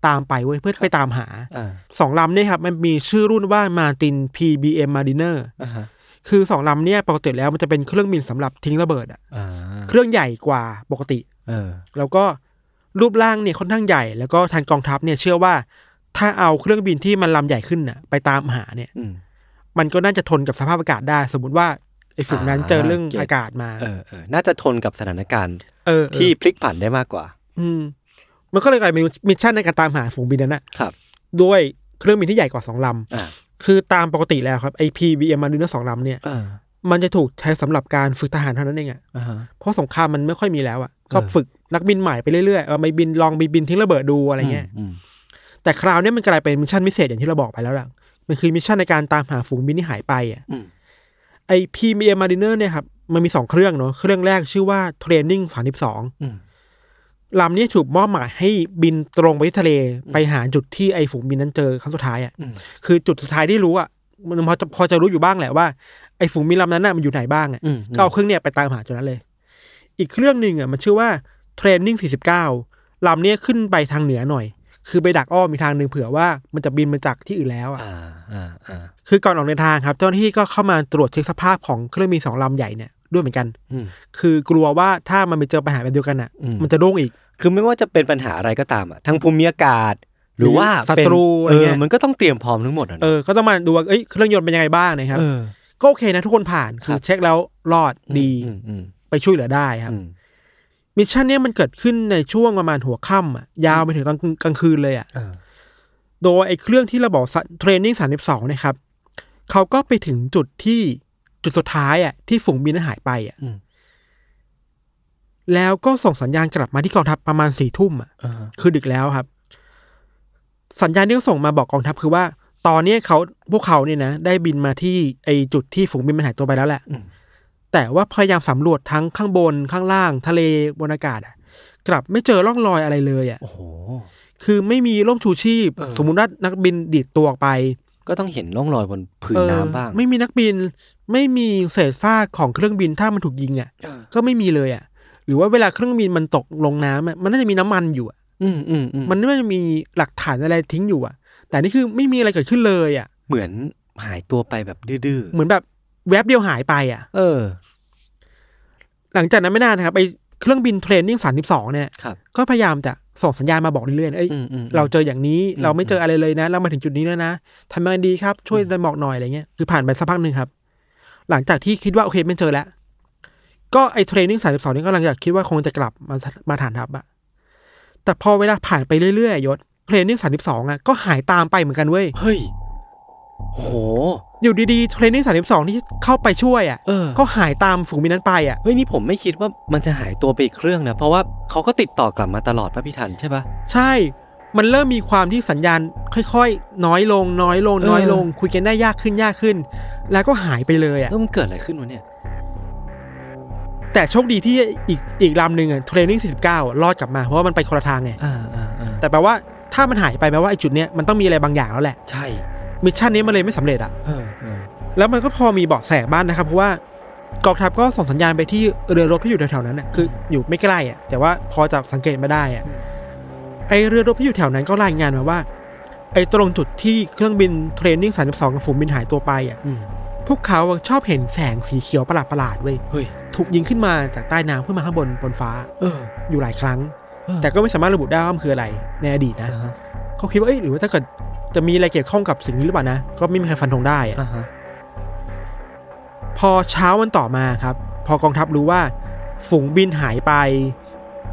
ตามไปเว้ยเพื่อไปตามหา อ่า สองลำเนี่ยครับมันมีชื่อรุ่นว่ามาติน PBM Mariner อ่าฮะ คือสองลำเนี่ยปกติแล้วมันจะเป็นเครื่องบินสำหรับทิ้งระเบิดอะ อ่า เครื่องใหญ่กว่าปกติ เออ แล้วก็รูปร่างเนี่ยค่อนข้างใหญ่ แล้วก็ทางกองทัพเนี่ยเชื่อว่า ถ้าเอาเครื่องบินที่มันลำใหญ่ขึ้นน่ะไปตามหาเนี่ย อืม มันก็น่าจะทนกับสภาพอากาศได้ สมมติว่าไอ้ฝูงนั้น อ่า เจอเรื่อง เก็ต อากาศมา เออเออ น่าจะทนกับสถานการณ์ เออเออ ที่พลิกผันได้มากกว่า อืมมันก็เลยกลายเป็นมิชชั่นในการตามหาฝูงบินนั้นนะครับ ด้วยเครื่องบินที่ใหญ่กว่าสองล อ่า ำคือตามปกติแล้วครับไอ้ PBM Mariner สองลำเนี่ย อ่า มันจะถูกใช้สำหรับการฝึกทหารเท่านั้นเองอะ อ่าฮะ เพราะสงครามมันไม่ค่อยมีแล้วอะก็ เออ ฝึกนักบินใหม่ไปเรื่อยๆเออไปบินลองไปบินทิ้งระเบิดดูอะไรเงี้ย อืม แต่คราวเนี้ยมันกลายเป็นมิชชั่นพิเศษอย่างที่เราบอกไปแล้วล่ะ มันคือมิชชั่นในการตามหาฝูงบินที่หายไปอะ อืม ไอพีเอ็มมาริเนอร์เนี่ยครับ มันมีสองเครื่องเนาะ เครื่องแรกชื่อว่าเทรนนิ่งสามสิบสอง อืม ลำเนี้ถูกมอบหมายให้บินตรงไปที่ทะเลไปหาจุดที่ไอฝูงบินนั้นเจอครั้งสุดท้ายอะ อืม คือจุดสุดท้ายที่รู้อะมันพอจะพอจะรู้อยู่บ้างแหละว่าไอฝูงบินลำนั้นน่ะมันอยู่ไหนบ้างอะ อืม ก็เอาเครื่องเนี่ยไปตามหาจุดนั้นเลย อีกเครื่องหนึ่งอ่ะมันชื่อว่าเทรนนิ่ง49ลำเนี้ยขึ้นไปทางเหนือหน่อย คือไปดักอ้อมมีกทางหนึ่งเผื่อว่ามันจะบินมาจากที่อื่นแล้วอ่ะ อ่าอ่าอ่า คือก่อนออกเดินทางครับ เจ้าหน้าที่ก็เข้ามาตรวจเช็คสภาพของเครื่องบินสองลำใหญ่เนี่ยด้วยเหมือนกัน อืม คือกลัวว่าถ้ามันไปเจอปัญหาแบบเดียวกันอ่ะ อืม มันจะโด่งอีก คือไม่ว่าจะเป็นปัญหาอะไรก็ตามอ่ะทั้งภูมิอากาศ หรือว่า ศัตรู เป็นเอ อะไรเงี้ อย มันก็ต้องเตรียมพร้อมทั้งหมดอะ เอ นะ อก็ต้องมาดูว่าเอ้ยเครื่องยนต์เป็นยังไงบ้างนะครับ เออ ก็โอเคนะทุกคนผ่านคืคอรับ เช็คแล้วรอดดี อืมอืม ไปช่วยเหลือได้ครับ อืม มิชชั่นเนี้ยมันเกิดขึ้นในช่วงประมาณหัวค่ำอ่ะยาวไปถึงตอนกลางคืนเลยอ่ะ เออ โดยไอ้เครื่องที่เราบอกเทรนนิ่งสามสิบสองนะครับเขาก็ไปถึงจุดที่จุดสุดท้ายอ่ะที่ฝูงบินนั้นหายไปอ่ะ อืม แล้วก็ส่งสัญญาณกลับมาที่กองทัพประมาณสี่ทุ่มอ่ะ อ่า คือดึกแล้วครับ สัญญาณที่เขาส่งมาบอกกองทัพคือว่า ตอนเนี้ยเขาพวกเขาเนี่ยนะ ได้บินมาที่ไอจุดที่ฝูงบินมันหายตัวไปแล้วแหละ อืม แต่ว่าพยายามสำรวจทั้งข้างบนข้างล่าง ทะเลบนอากาศอะกลับไม่เจอร่องรอยอะไรเลยอ่ะ โอ้โห คือไม่มีร่มชูชีพ เออ สมมุติว่านักบินดีดตัวออกไป ก็ต้องเห็นร่องรอยบนผืน เออ น้ำบ้าง ไม่มีนักบินไม่มีเศษซากของเครื่องบินถ้ามันถูกยิงอ่ะ เออ ก็ไม่มีเลยอ่ะ หรือว่าเวลาเครื่องบินมันตกลงน้ำอะมันน่าจะมีน้ำมันอยู่อะ อืมอืมอืม มันน่าจะมีหลักฐานอะไรทิ้งอยู่อ่ะ แต่นี่คือไม่มีอะไรเกิดขึ้นเลยอ่ะ เหมือนหายตัวไปแบบดื้อ เหมือนแบบแวบเดียวหายไปอ่ะ ๆเออ หลังจากนั้นไม่นานนะครับไปเครื่องบินเทรนนิ่งสามสิบสองเนี่ย ครับ ก็พยายามจะส่งสัญญาณมาบอกเรื่อยๆเอ้ย อืมอืม เราเจออย่างนี้ อืม เราไม่เจออะไรเลยนะ เรามาถึงจุดนี้แล้วนะทำยังไงดีครับช่วยดันบอกหน่อยอะไรเงี้ยคือผ่านไปสักพักหนึ่งครับ หลังจากที่คิดว่าโอเคไม่เจอแล้ว ก็ไอ้เทรนนิ่งสามสิบสองนี่ก็หลังจากคิดว่าคงจะกลับมามาฐานทัพอะแต่พอเวลาผ่านไปเรื่อยๆยศเทรนนิ่งสามสิบสองอะก็หายตามไปเหมือนกันเว้ย เฮ้ยโห อยู่ดีๆเทรนนิ่งสามสิบสองที่เข้าไปช่วยอะ เออ ก็หายตามฝูงบินนั้นไปอะ เฮ้ยนี่ผมไม่คิดว่ามันจะหายตัวไปอีกเครื่องนะ เพราะว่าเขาก็ติดต่อกลับมาตลอดป่ะพี่ทันใช่ป่ะ ใช่ มันเริ่มมีความที่สัญญาณค่อยๆ น้อยลง น้อยลง เออ น้อยลง คุยกันได้ยากขึ้นยากขึ้น แล้วก็หายไปเลยอ่ะ เออมันเกิดอะไรขึ้นวะเนี่ย แต่โชคดีที่อีกอีกลำหนึ่งอ่ะเทรนนิ่ง49 รอดกลับมา เพราะว่ามันไปคนละทางไง อ่าอ่าอ่า แต่แปลว่าถ้ามันหายไปแปลว่าไอ้จุดเนี้ยมันต้องมีอะไรบางอย่างแล้วแหละ ใช่ มิชชั่นนี้มันเลยไม่สำเร็จอ่ะ เออเออ แล้วมันก็พอมีเบาะแสบ้างนะครับ เพราะว่ากองทัพก็ส่งสัญญาณไปที่เรือรบที่อยู่แถวๆนั้นน่ะคืออยู่ไม่ใกล้อ่ะแต่ว่าพอจะสังเกตมาได้อ่ะไอเรือรบที่อยู่แถวนั้นก็รายงานมาว่า ไอตรงจุดที่เครื่องบินเทรนนิ่งสามสองกับฝูงบินหายตัวไปอ่ะ อืม พวกเขาชอบเห็นแสงสีเขียวประหลาดประหลาดๆเว้ย เฮ้ย ถูกยิงขึ้นมาจากใต้น้ำขึ้นมาข้างบนบนฟ้า เออ อยู่หลายครั้ง เออ แต่ก็ไม่สามารถระบุได้ว่ามันคืออะไรในอดีตนะ อ่าฮะ เขาคิดว่าเอ้ยหรือว่าถ้าเกิดจะมีอะไรเกี่ยวข้องกับสิ่งนี้หรือเปล่านะก็ไม่มีใครฟันธงได้อ่ะ อ่าฮะ พอเช้าวันต่อมาครับ พอกองทัพรู้ว่า ฝูงบินหายไป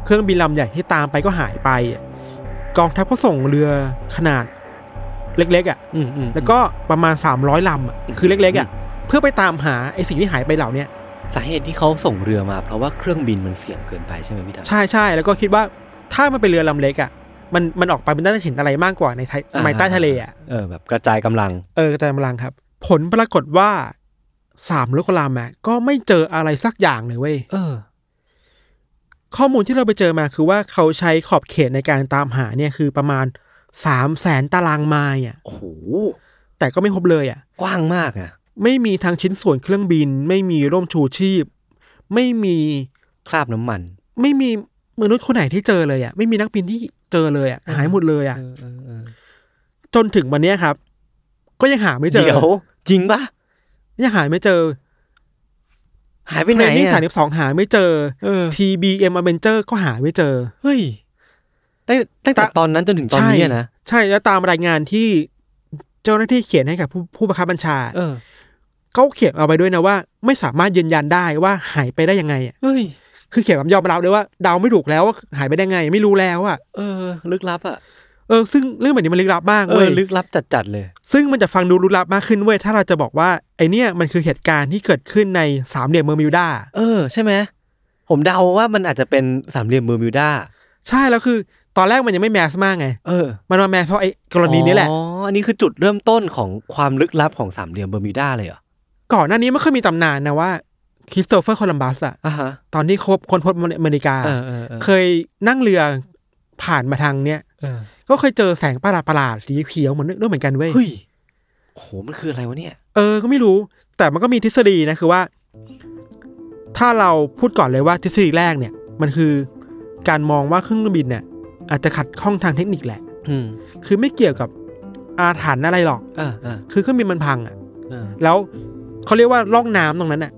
เครื่องบินลำใหญ่ที่ตามไปก็หายไป กองทัพก็ส่งเรือขนาดเล็กๆอ่ะ อืมอืม แล้วก็ประมาณ 300ลำอะคือเล็กๆอ่ะเพื่อไปตามหาไอ้สิ่งที่หายไปเหล่าเนี้ย สาเหตุที่เขาส่งเรือมา เพราะว่าเครื่องบินมันเสี่ยงเกินไปใช่ไหมพี่ทัน ใช่ใช่แล้วก็คิดว่าถ้ามันเป็นเรือลำเล็กอ่ะมันมันออกไปมันน่าจะเห็นอะไรมากกว่าในไทย อ่า ไมใต้ทะเลอ่ะ เออแบบกระจายกำลัง เออแต่กำลังครับ ผลปรากฏว่าสามลูกลำอ่ะก็ไม่เจออะไรสักอย่างเลยเว้ย เออ ข้อมูลที่เราไปเจอมาคือว่าเขาใช้ขอบเขตในการตามหาเนี่ยคือประมาณสามแสนตารางไมล์อ่ะ โอ้โห แต่ก็ไม่พบเลยอ่ะ กว้างมากนะ ไม่มีทางชิ้นส่วนเครื่องบิน ไม่มีร่มชูชีพ ไม่มี คราบน้ำมัน ไม่มีมนุษย์คนไหนที่เจอเลยอ่ะไม่มีนักบินที่เจอเลยอ่ะหายหมดเลยอ่ะ เออเออเออ จนถึงวันเนี้ยครับ ก็ยังหาไม่เจอ เดี๋ยว จริงปะ ยังหาไม่เจอ หายไป เท ไหน รนนิ่ง อะ สามสองหาไม่เจอ เออ TBM Avenger ก็หาไม่เจอ เฮ้ยตั้งตั้งแต่ตอนนั้นจนถึงตอนนี้อะนะ ใช่แล้วตามรายงานที่เจ้าหน้าที่เขียนให้กับผู้ผู้บังคับบัญชา เออ เขาเขียนเอาไปด้วยนะว่าไม่สามารถยืนยันได้ว่าหายไปได้ยังไงอะ เฮ้ย คือเขียนแบบยอมรับเลยว่าเดาไม่ถูกแล้วว่าหายไปได้ไง ไม่รู้แล้วอ่ะ เออ ลึกลับอ่ะ เออซึ่งเรื่องแบบนี้มันลึกลับมาก เอ เว้ อ ย ลึกลับจัดๆเลย ซึ่งมันจะฟังดูลึกลับมากขึ้นเว้ยถ้าเราจะบอกว่าไอเนี่ยมันคือเหตุการณ์ที่เกิดขึ้นในสามเหลี่ยมเมอร์มิวดา เออ ใช่ไหม ผมเดาว่ามันอาจจะเป็นสามเหลี่ยมเบอร์มิวดา ใช่แล้วคือตอนแรกมันยังไม่แมสมากไง เออ มันมาแมสเพราะไอกรณีนี้แหละ อ๋อ อันนี้คือจุดเริ่มต้นของความลึกลับของสามเหลี่ยมเบอร์มิวดาเลยเหรอ ก่อนหน้านี้ไม่เคยมีตำนานนะว่าคริสโตเฟอร์โคลัมบัสอะ อ่ะฮะ ตอนที่คบคนพบอเมริกา เออเออเออ เคยนั่งเรือผ่านมาทางเนี้ย เออ ก็เคยเจอแสงประหลาดประหลาดๆสีเขียวเหมือนด้วยเหมือนกันเว้ย เฮ้ยโห มันคืออะไรวะเนี่ย เออ ก็ไม่รู้ แต่มันก็มีทฤษฎีนะคือว่า ถ้าเราพูดก่อนเลยว่าทฤษฎีแรกเนี่ย มันคือการมองว่าเครื่องบินเนี่ย อาจจะขัดข้องทางเทคนิคแหละ อืม คือไม่เกี่ยวกับอาถรรพ์อะไรหรอก อ่าอ่า คือเครื่องบินมันพังอ่ะ อ่า แล้วเขาเรียกว่าร่องน้ำตรงนั้นอ่ะ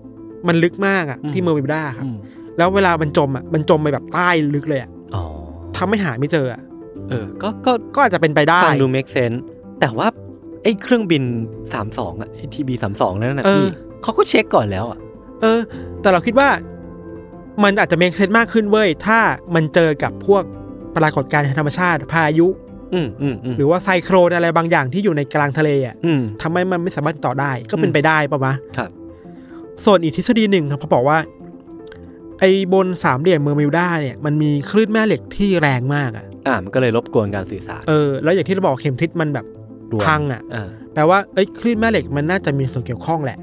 มันลึกมากอ่ะ อืม ที่เมอร์วิวด้าครับ อืม แล้วเวลามันจมอ่ะ มันจมไปแบบใต้ลึกเลยอ่ะ อ๋อ ทำให้หาไม่เจออ่ะ เออ ก็ ก็ ก็อาจจะเป็นไปได้ ฟังดู make sense แต่ว่า ไอ้เครื่องบิน 32อะไอ้ทีบีสามสองนั่นน่ะ เออ พี่เขาก็เช็คก่อนแล้วอะ เออ แต่เราคิดว่ามันอาจจะเมคเซนมากขึ้นเว้ย ถ้ามันเจอกับพวกปรากฏการณ์ทางธรรมชาติ พายุ อืมอืมอืม หรือว่าไซโครนอะไรบางอย่างที่อยู่ในกลางทะเลอ่ะ อืม ทำให้มันไม่สามารถติดต่อได้ก็เป็ อื น ม ไปได้ปะวะ ครับ ส่วนอีกทฤษฎีหนึ่งครับเขาบอกว่า ไอ้บนสามเหลี่ยมเมอร์มิวด้าเนี่ยมันมีคลื่นแม่เหล็กที่แรงมากอ่ะ อ่ามันก็เลยรบกวนการสื่อสาร เออแล้วอย่างที่เราบอกเข็มทิศมันแบบ รวม พังอะ อ่า แปลว่าเอ้ยคลื่นแม่เหล็กมันน่าจะมีส่วนเกี่ยวข้องแหละ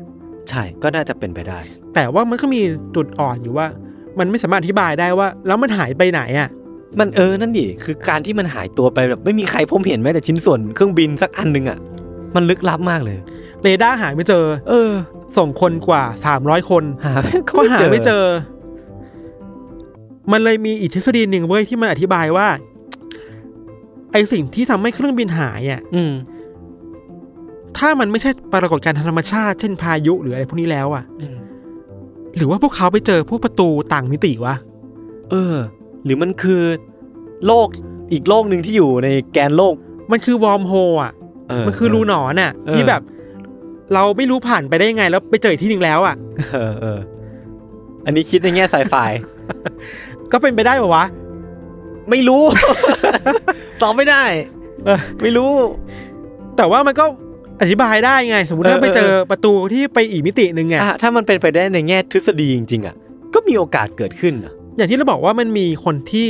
ใช่ก็น่าจะเป็นไปได้ แต่ว่ามันก็มีจุดอ่อนอยู่ว่า มันไม่สามารถอธิบายได้ว่า แล้วมันหายไปไหนอ่ะ มันเออนั่นดิคือการที่มันหายตัวไปแบบไม่มีใครพบเห็นแม้แต่ชิ้นส่วนเครื่องบินสักอันหนึงอ่ะมันลึกลับมากเลย เรดาร์หาไม่เจอ เออ ส่งคนกว่าสามร้อยคน หาแม่ง ก็หาไม่เจอ มันเลยมีอีกทฤษฎีหนึ่งเว้ยที่มันอธิบายว่า ไอสิ่งที่ทำให้เครื่องบินหายอ่ะ อืม ถ้ามันไม่ใช่ปรากฏการณ์ทางธรรมชาติ เช่นพายุหรืออะไรพวกนี้แล้วอ่ะ อืม หรือว่าพวกเขาไปเจอผู้ประตูต่างมิติวะ เออ หรือมันคือ โลกอีกโลกหนึ่งที่อยู่ในแกนโลก มันคือวอร์มโฮลอ่ะ เ มันคือรูหนอนน่ะ เออ ที่แบบ เราไม่รู้ผ่านไปได้ยังไง แล้วไปเจออีกที่หนึ่งแล้วอ่ะ เออเออ อันนี้คิดในแง่สายไฟ ก็เป็นไปได้ปะวะ ไม่รู้ ตอบไม่ได้ เออ ไม่รู้ แต่ว่ามันก็อธิบายได้ไง สมมติ เออ ถ้าไปเจอ เออ ประตูที่ไปอีกมิติหนึ่งไง อ่ะถ้ามันเป็นไปได้ในแง่ทฤษฎีจริงๆอ่ะก็มีโอกาสเกิดขึ้นนะ อย่างที่เราบอกว่ามันมีคนที่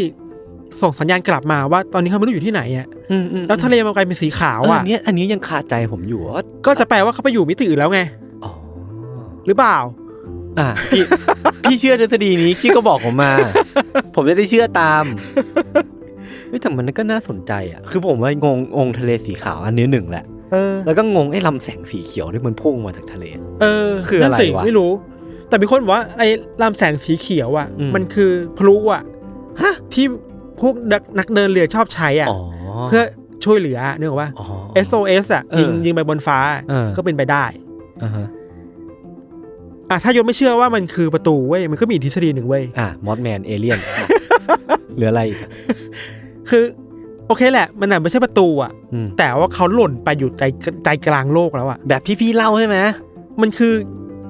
ส่งสัญญาณกลับมาว่า ตอนนี้เขาไม่รู้อยู่ที่ไหนอ่ะ อืมอืม แล้วทะเลมันกลายเป็นสีขาว เออ อ่ะ อันเนี้ยอันนี้ยังคาใจผมอยู่ว่า ก็จะแปลว่าเขาไปอยู่มิติอื่นแล้วไง อ๋อ หรือเปล่า อ่ะพี่ พี่เชื่อทฤษฎีนี้พี่ก็บอกผม มา ผมจะได้เชื่อตามเฮ้ยแต่มันก็น่าสนใจอ่ะคือผมว่างงองค์ทะเลสีขาวอันนี้หนึ่งแหละ เออ แล้วก็งงไอ้ลำแสงสีเขียวที่มันพุ่งมาจากทะเล เออ คืออะไร นั่นสิ วะ ไม่รู้ แต่มีคนบอกว่าไอ้ลำแสงสีเขียวอ่ะ อืม มันคือพลุอ่ะ ฮะ ที่พวกนักนักเดินเรือชอบใช้อ่ะ อ๋อ เพื่อช่วยเหลือนึกออกว่า อ๋อ SOS อ่ะ เออ ยิงยิงไปบนฟ้าอะ เออ ก็เป็นไปได้ อ่าฮะ อ่ะถ้ายศไม่เชื่อว่ามันคือประตูเว้ยมันก็มีอีกทฤษฎีหนึ่งเว้ย อ่ะมอสแมนเอ เลียนเหลืออะไรอีกอ่ะ คือ โอเคแหละ มันน่ะไม่ใช่ประตูอ่ะ อืม แต่ว่าเขาหล่นไปอยู่ใจใจกลางโลกแล้วอ่ะ แบบที่พี่เล่าใช่ไหม มันคือ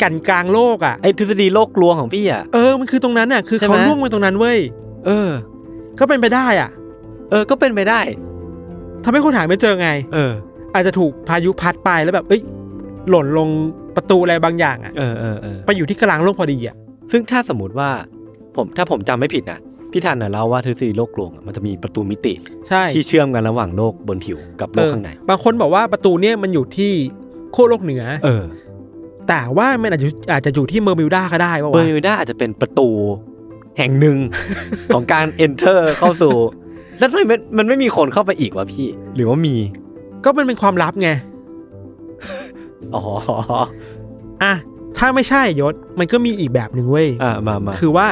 กันกลางโลกอ่ะ ไอ้ทฤษฎีโลกลวงของพี่อ่ะ เออมันคือตรงนั้นอ่ะคือ ใช่ไหม เขาล่วงไปตรงนั้นเว้ย เออ ก็เป็นไปได้อ่ะ เออก็เป็นไปได้ ทำให้คนหาไม่เจอไง เออ อาจจะถูกพายุพัดไปแล้วแบบเอ้ยหล่นลงประตูอะไรบางอย่างอ่ะ เออเออเออ ไปอยู่ที่กลางโลกพอดีอ่ะ ซึ่งถ้าสมมติว่า ผมถ้าผมจำไม่ผิดนะพี่ทันน่ะเล่าว่าทฤษฎีโลกลวงอะมันจะมีประตูมิติ ใช่ ที่เชื่อมกันระหว่างโลกบนผิวกับโล เอก อ ข้างใน บางคนบอกว่าประตูเนี่ยมันอยู่ที่ขั้วโลกเหนือ เออ แต่ว่ามันอาจจะอาจจะอยู่ที่เมอร์มิวดาก็ได้ว่า เบอร์มิวด้าอาจจะเป็นประตูแห่ง หนึ่ง ของการ enter เข้าสู่ แล้วทำไมมันมันไม่มีคนเข้าไปอีกวะพี่ หรือว่ามี ก็มันเป็นความลับไง อ๋ อ อ่ะ ถ้าไม่ใช่ยศ มันก็มีอีกแบบหนึ่งเว้ย อ่ามามา คือว่า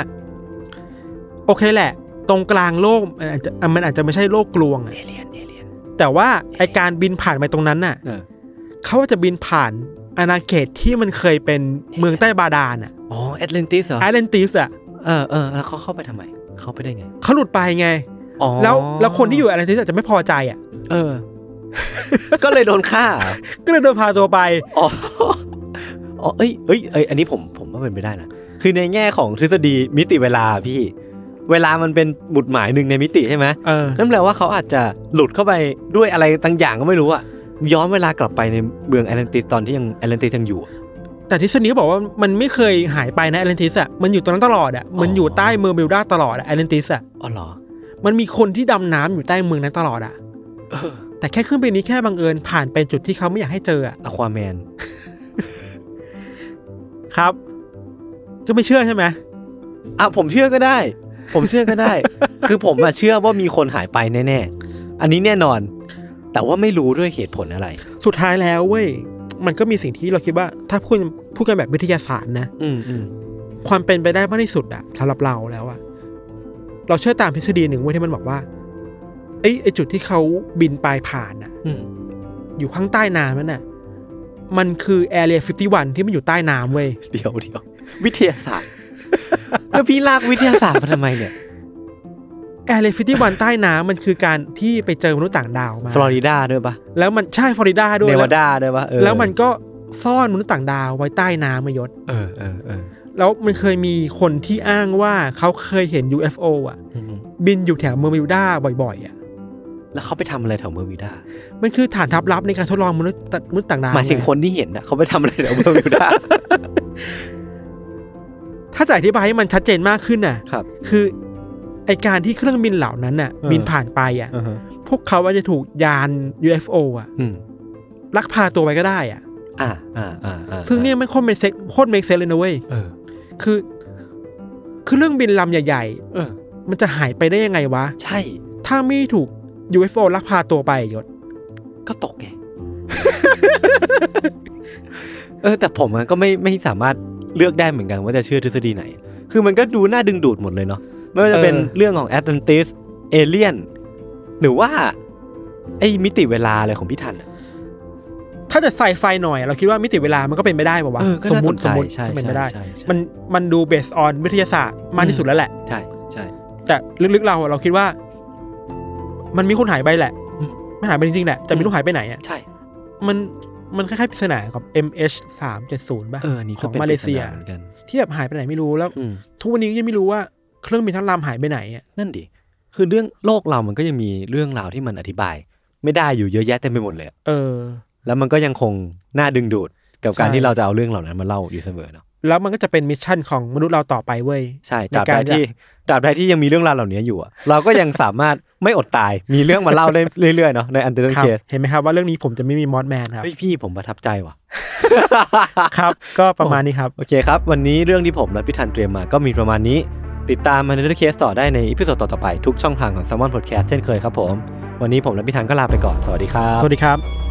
โอเคแหละ ตรงกลางโลกมันอาจจะอ่ะมันอาจจะไม่ใช่โลกกลวงอะ เอเลียนเอเลียน แต่ว่าไอการบินผ่านไปตรงนั้นน่ะ เออ เขาอาจจะบินผ่านอาณาเขตที่มันเคยเป็นเมืองใต้บาดาลอะ อ๋อแอตแลนติสเหรอ ไอแลนติสอะ เออเออแล้วเขาเข้าไปทำไม เข้าไปได้ไง เขาหลุดไปไง อ๋อ แล้วแล้วคนที่อยู่ไอแลนติสอาจจะไม่พอใจอะ เออ ก็เลยโดนฆ่า ก็เลยโดนพาตัวไป อ๋ออ๋อเอ้ยเอ้ยเอ้ยอันนี้ผมผมว่าเป็นไปได้นะคือในแง่ของทฤษฎีมิติเวลาพี่ เวลามันเป็นหมุดหมายหนึ่งในมิติใช่ไหม เออ นั่นแปลว่าเขาอาจจะหลุดเข้าไปด้วยอะไรต่างอย่างก็ไม่รู้อะย้อนเวลากลับไปในเมืองแอตแลนติสตอนที่ยังแอตแลนติสยังอยู่อะ แต่ทฤษฎีก็บอกว่ามันไม่เคยหายไปนะแอตแลนติสอ่ะมันอยู่ตรงนั้นตลอดอ่ะมันอยู่ใต้เมืองเบลดาตลอดอ่ะแอตแลนติสอ่ะ อ๋อเหรอ มันมีคนที่ดำน้ำอยู่ใต้เมืองนั้นตลอดอ่ะ เออ แต่แค่เครื่องบินนี้แค่บังเอิญผ่านไปจุดที่เขาไม่อยากให้เจออ่ะ อควาแมน ครับ ก็ไม่เชื่อใช่ไหม อ่ะผมเชื่อก็ได้ ผมเชื่อก็ได้ คือผมอะเชื่อว่ามีคนหายไปแน่ๆ อันนี้แน่นอน แต่ว่าไม่รู้ด้วยเหตุผลอะไร สุดท้ายแล้วเว้ยมันก็มีสิ่งที่เราคิดว่า ถ้าพูดพูดกันแบบวิทยาศาสตร์นะ อืมอืม ความเป็นไปได้มากที่สุดอ่ะสำหรับเราแล้วอ่ะเราเชื่อตามทฤษฎีหนึ่งเว้ยที่มันบอกว่าไอ้ยไอ้จุดที่เขาบินไปผ่านอ่ะ อืม อยู่ข้างใต้น้ำนั่นน่ะ มันคือแอเรีย51 ที่มันอยู่ใต้น้ำเว้ย เดี๋ยวเดี๋ยววิทยาศาสตร์ แล้วพี่ลากวิทยาศาสตร์มาทำไมเนี่ย แอเรีย51 ใต้น้ำมันคือการที่ไปเจอมนุษย์ต่างดาวมา ฟลอริดาด้วยปะ แล้วมันใช่ฟลอริดาด้วย เน แล้ว วาดาด้วยปะเออ แล้วมันก็ซ่อนมนุษย์ต่างดาวไว้ใต้น้ำมายศ เออเออเออ แล้วมันเคยมีคนที่อ้างว่าเขาเคยเห็น UFO อ่ะ อืม บินอยู่แถวเมอร์มิวดาบ่อยๆอ่ะ แล้วเขาไปทำอะไรแถวเบอร์มิวดา มันคือฐานทัพลับในการทดลองมนุษย์ต่างมนุษย์ต่างดาว หมายถึง ไ คนที่เห็นนะเขาไปทำอะไรแถวเบอร์มิวดา ถ้าจะอธิบายให้มันชัดเจนมากขึ้นน่ะ ครับ คือ ไอการที่เครื่องบินเหล่านั้นน่ะ เออ บินผ่านไปอ่ะ อ่าฮะ พวกเขาอาจจะถูกยาน UFO อ่ะ อืม ลักพาตัวไปก็ได้อ่ะ อ่าอ่าอ่าอ่า ซึ่งเนี่ยไม่โคตรเมกเซนโคตรเมกเซนเลยนะเว้ย เออ คือ คือเรื่องบินลำใหญ่ เออ ๆ มันจะหายไปได้ยังไงวะ ใช่ ถ้าไม่ถูก UFO ลักพาตัวไปยศ ก็ตก ไง เออ แต่ผมอะก็ไม่ไม่สามารถเลือกได้เหมือนกันว่าจะเชื่อทฤษฎีไหน คือมันก็ดูน่าดึงดูดหมดเลยเนาะ ไม่ว่าจะเป็น เออ เรื่องของแอตแลนติส เอเลียน หรือว่า ไอ้มิติเวลาอะไรของพี่ทันอะ ถ้าจะใส่ไฟหน่อย เราคิดว่ามิติเวลามันก็เป็นไม่ได้ป่าวะ เออก็ สม น่าม สนติใจ สมมติ ใช่ใช่ เป็นไม่ได้ ใช่ใช่ มันมันดูเบสออนวิทยาศาสตร์มากที่สุดแล้วแหละ ใช่ใช่ แต่ลึกๆเราเราคิดว่า มันมีคนหายไปแหละ อืม มันหายไปจริงๆแหละแต่ไม่รู้หายไปไหนอ่ะ ใช่ มันมันคล้ายๆปริศนากับ MH 3 7 0ป่ะ เอออันนี้ ข ก็ อง เป็น มาเลเซีย ปริศนเหมือนกัน ที่แบบหายไปไหนไม่รู้แล้ว อืม ทุกวันนี้ก็ยังไม่รู้ว่าเครื่องบินทั้งลำหายไปไหนอ่ะ นั่นดิ คือเรื่องโลกเรามันก็ยังมีเรื่องราวที่มันอธิบาย ไม่ได้อยู่เยอะแยะเต็มไปหมดเลยอะ เออ แล้วมันก็ยังคงน่าดึงดูดกับการ ใช่ ที่เราจะเอาเรื่องเหล่านั้นมาเล่าอยู่เสมอเนาะ แล้วมันก็จะเป็นมิชชั่นของมนุษย์เราต่อไปเว้ย ใช่ ใน ตราบ กา ใด ร ที่ จะ ตราบใดที่ยังมีเรื่องราวเหล่านี้อยู่อะเราก็ยังสามารถ ไม่อดตายมีเรื่องมาเล่าได้ เรื่อยๆเนาะในอันเดอร์ ครับ เคส เห็นไหมครับว่าเรื่องนี้ผมจะไม่มีมอสแมนครับ เฮ้ยพี่ผมประทับใจว่ะ ครับ ก็ประมาณนี้ครับ โอเคครับ วันนี้เรื่องที่ผมและพี่ทันเตรียมมาก็มีประมาณนี้ ติดตามอันเดอร์เคสต่อได้ในอีพิโซดต่อๆไปทุกช่องทางของ s ซ m o n Podcast เช่นเคยครับผม วันนี้ผมและพี่ทันก็ลาไปก่อนสวัสดีครับ สวัสดีครับ ส